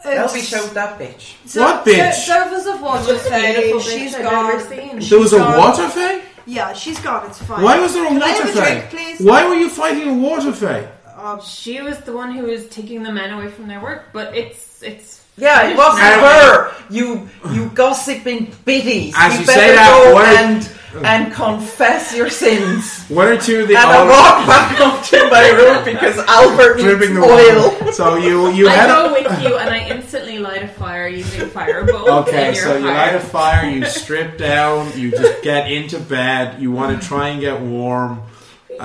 [SPEAKER 4] Elby showed that bitch.
[SPEAKER 2] So-
[SPEAKER 1] What
[SPEAKER 2] so-
[SPEAKER 1] bitch?
[SPEAKER 2] Surface of
[SPEAKER 3] the
[SPEAKER 2] water
[SPEAKER 3] most
[SPEAKER 2] fade.
[SPEAKER 3] beautiful
[SPEAKER 2] She's
[SPEAKER 3] bitch I've
[SPEAKER 2] gone.
[SPEAKER 3] ever seen.
[SPEAKER 1] There was a
[SPEAKER 2] Gone.
[SPEAKER 1] water fay.
[SPEAKER 2] Yeah, she's gone. It's fine.
[SPEAKER 1] Why was there a
[SPEAKER 2] Can I
[SPEAKER 1] water
[SPEAKER 2] have a drink,
[SPEAKER 1] fay?
[SPEAKER 2] please?
[SPEAKER 1] Why were you fighting a water fay?
[SPEAKER 2] Oh,
[SPEAKER 3] She was the one who was taking the men away from their work, but it's it's
[SPEAKER 4] Yeah, it wasn't
[SPEAKER 1] And-
[SPEAKER 4] her. You you gossiping biddies.
[SPEAKER 1] As you
[SPEAKER 4] better
[SPEAKER 1] say that,
[SPEAKER 4] go
[SPEAKER 1] what-
[SPEAKER 4] and and confess your sins.
[SPEAKER 1] One or two of [laughs] the
[SPEAKER 4] and I
[SPEAKER 1] old-
[SPEAKER 4] walk back up to my room because Albert needs
[SPEAKER 1] dripping the
[SPEAKER 4] oil.
[SPEAKER 1] water. So you you
[SPEAKER 3] I
[SPEAKER 1] had
[SPEAKER 3] go with you and I instantly light a fire
[SPEAKER 1] [laughs]
[SPEAKER 3] using firebolt.
[SPEAKER 1] Okay,
[SPEAKER 3] [laughs] in your
[SPEAKER 1] so you
[SPEAKER 3] fire.
[SPEAKER 1] light a fire,
[SPEAKER 3] [laughs]
[SPEAKER 1] you strip down, you just get into bed, you want to try and get warm. Um,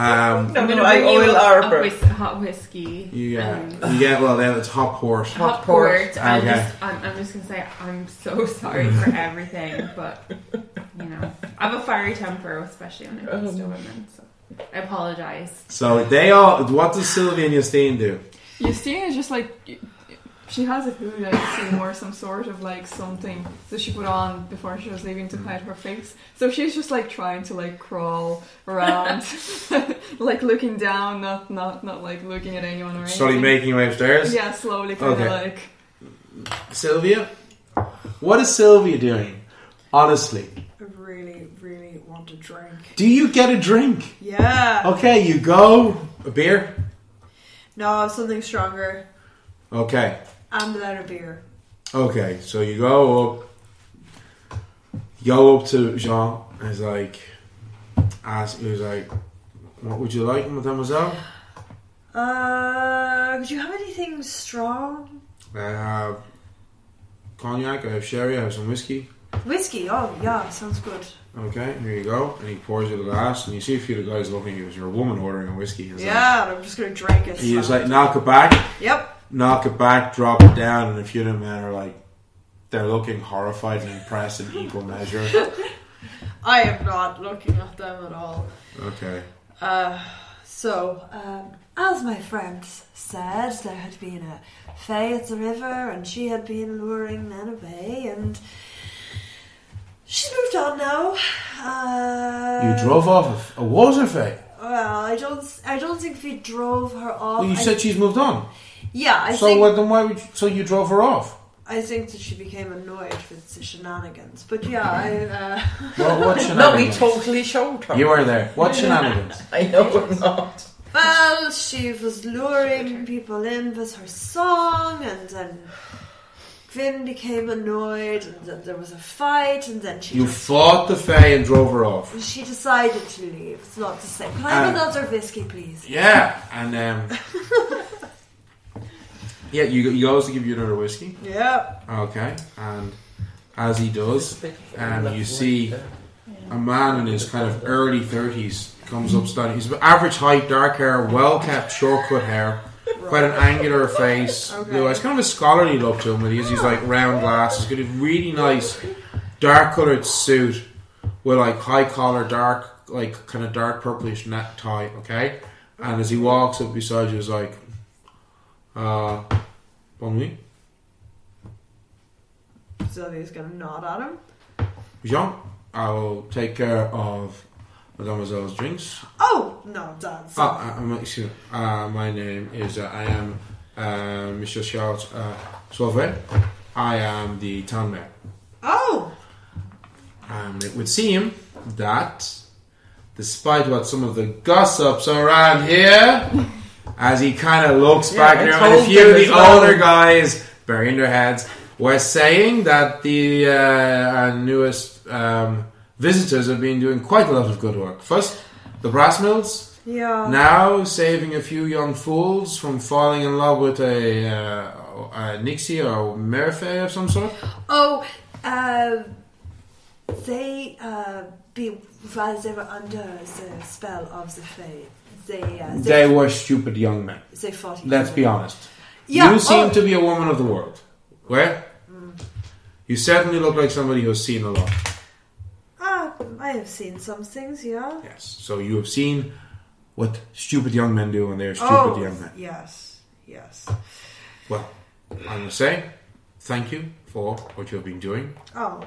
[SPEAKER 4] No,
[SPEAKER 3] I'm
[SPEAKER 4] no,
[SPEAKER 3] gonna
[SPEAKER 4] I
[SPEAKER 3] bring you
[SPEAKER 4] oil
[SPEAKER 3] a- a
[SPEAKER 4] Albert.
[SPEAKER 3] whis- hot whiskey.
[SPEAKER 1] you
[SPEAKER 3] and
[SPEAKER 1] get, you get well, then it's hot port.
[SPEAKER 4] hot
[SPEAKER 3] hot port.
[SPEAKER 4] port.
[SPEAKER 3] I'm,
[SPEAKER 1] Okay.
[SPEAKER 3] just, I'm, I'm just gonna say I'm so [laughs] sorry for everything, but you know I have a fiery temper, especially when it comes
[SPEAKER 4] Um.
[SPEAKER 3] to women. So I apologize.
[SPEAKER 1] So they all, what does Sylvia and Justine do?
[SPEAKER 5] Justine is just like she has a hood, I assume, or some sort of like something that she put on before she was leaving to hide her face. So she's just like trying to like crawl around, [laughs] like looking down, not not not like looking at anyone or
[SPEAKER 1] Slowly
[SPEAKER 5] anything.
[SPEAKER 1] making your way upstairs.
[SPEAKER 5] yeah, slowly, kind of
[SPEAKER 1] Okay.
[SPEAKER 5] like.
[SPEAKER 1] Sylvia, what is Sylvia doing? Honestly,
[SPEAKER 2] I really, really want a drink.
[SPEAKER 1] do you get a drink?
[SPEAKER 2] Yeah.
[SPEAKER 1] Okay, you go a beer.
[SPEAKER 2] No, something stronger.
[SPEAKER 1] Okay,
[SPEAKER 2] And then a beer.
[SPEAKER 1] Okay, so you go up, you go up to Jean, and he's like, ask, he was like, what would you like, mademoiselle?
[SPEAKER 2] Uh, do you have anything strong?
[SPEAKER 1] I have cognac, I have sherry, I have some whiskey.
[SPEAKER 2] Whiskey. Oh, yeah, sounds good.
[SPEAKER 1] Okay, here you go. And he pours you the glass, and you see a few of the guys looking at you, 'cause you're a woman ordering a whiskey. He's
[SPEAKER 2] Yeah, I'm just gonna drink it.
[SPEAKER 1] Like, he's like, knock it back,
[SPEAKER 2] yep.
[SPEAKER 1] knock it back, drop it down, and a few of them men are like, they're looking horrified and impressed in equal measure.
[SPEAKER 2] I am not looking at them at all.
[SPEAKER 1] Okay.
[SPEAKER 2] Uh, so, um, as my friends said, there had been a fae at the river, and she had been luring men away, and she's moved on now. Uh,
[SPEAKER 1] You drove off a f- a water fate.
[SPEAKER 2] Well, I don't. I don't think we drove her off.
[SPEAKER 1] Well, you
[SPEAKER 2] Oh, I-
[SPEAKER 1] said she's moved on.
[SPEAKER 2] yeah. I
[SPEAKER 1] so
[SPEAKER 2] think
[SPEAKER 1] what, then why would you, so you drove her off?
[SPEAKER 2] I think that she became annoyed with the shenanigans. But yeah, I, uh,
[SPEAKER 1] What, what
[SPEAKER 4] No, we
[SPEAKER 1] shenanigans?
[SPEAKER 4] totally showed her.
[SPEAKER 1] You were there. What shenanigans?
[SPEAKER 4] I know we're not.
[SPEAKER 2] well, she was luring people in with her song, and then Finn became annoyed, and then there was a fight, and then she
[SPEAKER 1] You
[SPEAKER 2] just-
[SPEAKER 1] fought the Fae and drove her off.
[SPEAKER 2] she decided to leave. It's not the same. Can I have
[SPEAKER 1] Ah.
[SPEAKER 2] another whiskey, please?
[SPEAKER 1] Yeah, and um, [laughs] yeah, you you goes to give you another whiskey.
[SPEAKER 2] Yeah.
[SPEAKER 1] Okay, and as he does, Um, you see- a man in his kind of early thirties comes up standing. He's average height, dark hair, well kept, short cut hair, quite an angular face.
[SPEAKER 2] Okay.
[SPEAKER 1] Blue eyes, kind of a scholarly look to him. With his, he's like round glasses. Got a really nice dark coloured suit with like high collar, dark like kind of dark purplish neck tie. Okay, and as he walks up beside you, he's like, uh, "Bon nuit,
[SPEAKER 2] Sylvia's gonna nod at him.
[SPEAKER 1] Jean. I'll take care of Mademoiselle's drinks."
[SPEAKER 2] Oh no, that's
[SPEAKER 1] Oh, uh, I'm actually, uh, my name is, uh, I am uh, Mr. Charles uh, Sauvé. I am the town mayor.
[SPEAKER 2] oh
[SPEAKER 1] And it would seem that, despite what some of the gossips around here, as he kind of looks
[SPEAKER 4] Yeah,
[SPEAKER 1] back
[SPEAKER 4] I
[SPEAKER 1] there, and a
[SPEAKER 4] told
[SPEAKER 1] few
[SPEAKER 4] them
[SPEAKER 1] of the
[SPEAKER 4] as well.
[SPEAKER 1] older guys burying their heads were saying that the uh, our newest um, visitors have been doing quite a lot of good work. First, the brass mills.
[SPEAKER 2] yeah.
[SPEAKER 1] Um, Now, saving a few young fools from falling in love with a, uh, a Nixie or Merfay of some sort.
[SPEAKER 2] Oh, uh, they, uh, be, while they were under the spell of the Fae, they, uh,
[SPEAKER 1] They were stupid young men.
[SPEAKER 2] they fought each
[SPEAKER 1] Let's
[SPEAKER 2] other.
[SPEAKER 1] be honest.
[SPEAKER 2] Yeah,
[SPEAKER 1] you seem
[SPEAKER 2] oh,
[SPEAKER 1] to be a woman of the world. Where? You certainly look like somebody who's seen a lot.
[SPEAKER 2] ah, I have seen some things, yeah.
[SPEAKER 1] Yes. So you have seen what stupid young men do when they're stupid
[SPEAKER 2] oh,
[SPEAKER 1] young men.
[SPEAKER 2] yes, yes.
[SPEAKER 1] Well, I'm going to say thank you for what you have been doing.
[SPEAKER 2] Oh,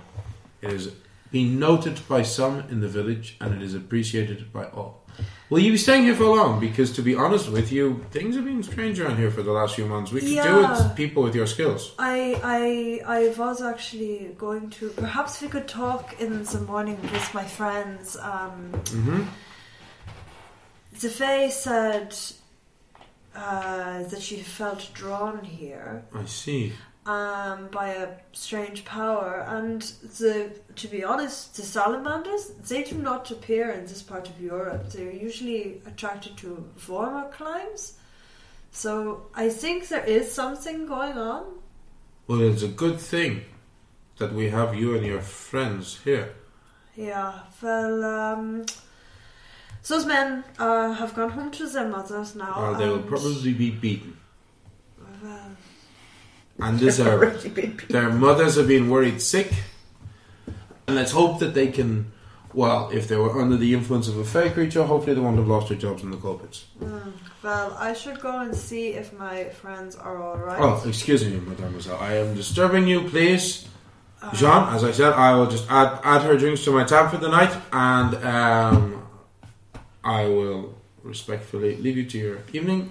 [SPEAKER 1] It has been noted by some in the village and it is appreciated by all. Will you be staying here for long? Because to be honest with you, things have been strange around here for the last few months. We could do
[SPEAKER 2] Yeah.
[SPEAKER 1] with people with your skills.
[SPEAKER 2] I, I, I was actually going to. Perhaps we could talk in the morning with my friends. Um,
[SPEAKER 1] Mm-hmm.
[SPEAKER 2] the Fae said uh, that she felt drawn here.
[SPEAKER 1] I see.
[SPEAKER 2] um, by a strange power. And the, to be honest, the salamanders they do not appear in this part of Europe. They're usually attracted to warmer climes. So I think there is something going on.
[SPEAKER 1] Well, it's a good thing that we have you and your friends here.
[SPEAKER 2] Yeah, well, um, those men uh, have gone home to their mothers now.
[SPEAKER 1] Or they will
[SPEAKER 2] and-
[SPEAKER 1] probably be beaten.
[SPEAKER 2] Well,
[SPEAKER 1] And these are
[SPEAKER 4] Already been beat.
[SPEAKER 1] their mothers have been worried sick. And let's hope that they can. Well, if they were under the influence of a fey creature, hopefully they won't have lost their jobs in the culprits.
[SPEAKER 2] mm, well, I should go and see if my friends are all right.
[SPEAKER 1] Oh, excuse me, mademoiselle. I am disturbing you, please.
[SPEAKER 2] Uh,
[SPEAKER 1] Jean, as I said, I will just add, add her drinks to my tab for the night, and um, I will respectfully leave you to your evening,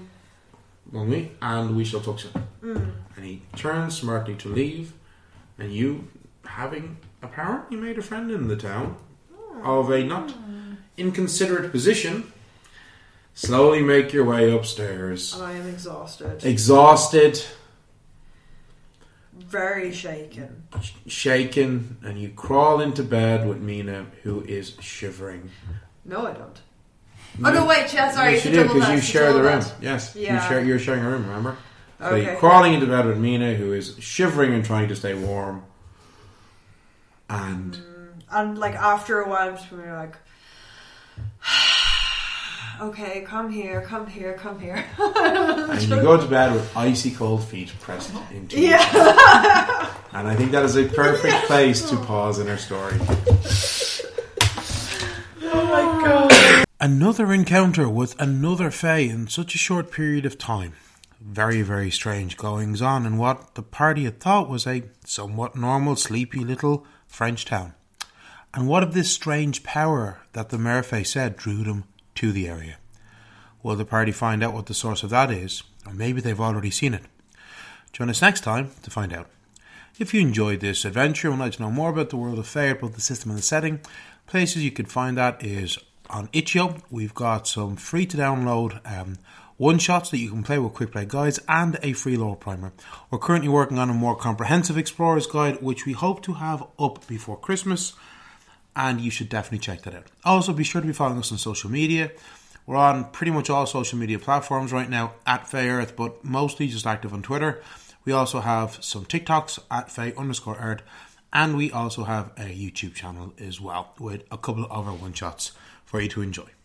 [SPEAKER 1] bon nuit, and we shall talk soon.
[SPEAKER 2] mm,
[SPEAKER 1] And he turns smartly to leave, and you, having apparently made a friend in the town
[SPEAKER 2] Oh.
[SPEAKER 1] of a not inconsiderate position, slowly make your way upstairs,
[SPEAKER 2] and I am exhausted,
[SPEAKER 1] exhausted,
[SPEAKER 2] very shaken.
[SPEAKER 1] shaken, and you crawl into bed with Mina, who is shivering.
[SPEAKER 2] No, I don't. Oh no, wait, yeah, sorry.
[SPEAKER 1] you
[SPEAKER 2] it's a
[SPEAKER 1] should do
[SPEAKER 2] double
[SPEAKER 1] because you
[SPEAKER 2] dash, it's a
[SPEAKER 1] share the
[SPEAKER 2] double
[SPEAKER 1] room.
[SPEAKER 2] dash.
[SPEAKER 1] Yes, you
[SPEAKER 2] Yeah.
[SPEAKER 1] share, you're sharing a room. Remember? So you're
[SPEAKER 2] Okay.
[SPEAKER 1] crawling into bed with Mina, who is shivering and trying to stay warm. And
[SPEAKER 2] And like after a while, I'm just gonna be like, [sighs] okay, come here, come here, come here.
[SPEAKER 1] and you go to bed with icy cold feet
[SPEAKER 4] [laughs]
[SPEAKER 1] pressed into you.
[SPEAKER 2] yeah.
[SPEAKER 1] And I think that is a
[SPEAKER 4] [laughs]
[SPEAKER 1] perfect place to pause in our story.
[SPEAKER 4] Oh my god.
[SPEAKER 7] Another encounter with another Fae in such a short period of time. Very, very strange goings on in what the party had thought was a somewhat normal, sleepy little French town. And what of this strange power that the Merfay said drew them to the area? Will the party find out what the source of that is? Or maybe they've already seen it. Join us next time to find out. If you enjoyed this adventure and would like to know more about the world of Fae, both the system and the setting, places you could find that is on Itch.io. We've got some free to download um, one shots that you can play with quick play guides and a free lore primer. We're currently working on a more comprehensive explorer's guide, which we hope to have up before Christmas and you should definitely check that out. Also, be sure to be following us on social media. We're on pretty much all social media platforms right now at Fey Earth, but mostly just active on Twitter. We also have some TikToks at Fey underscore Earth, and we also have a YouTube channel as well with a couple of our one shots for you to enjoy.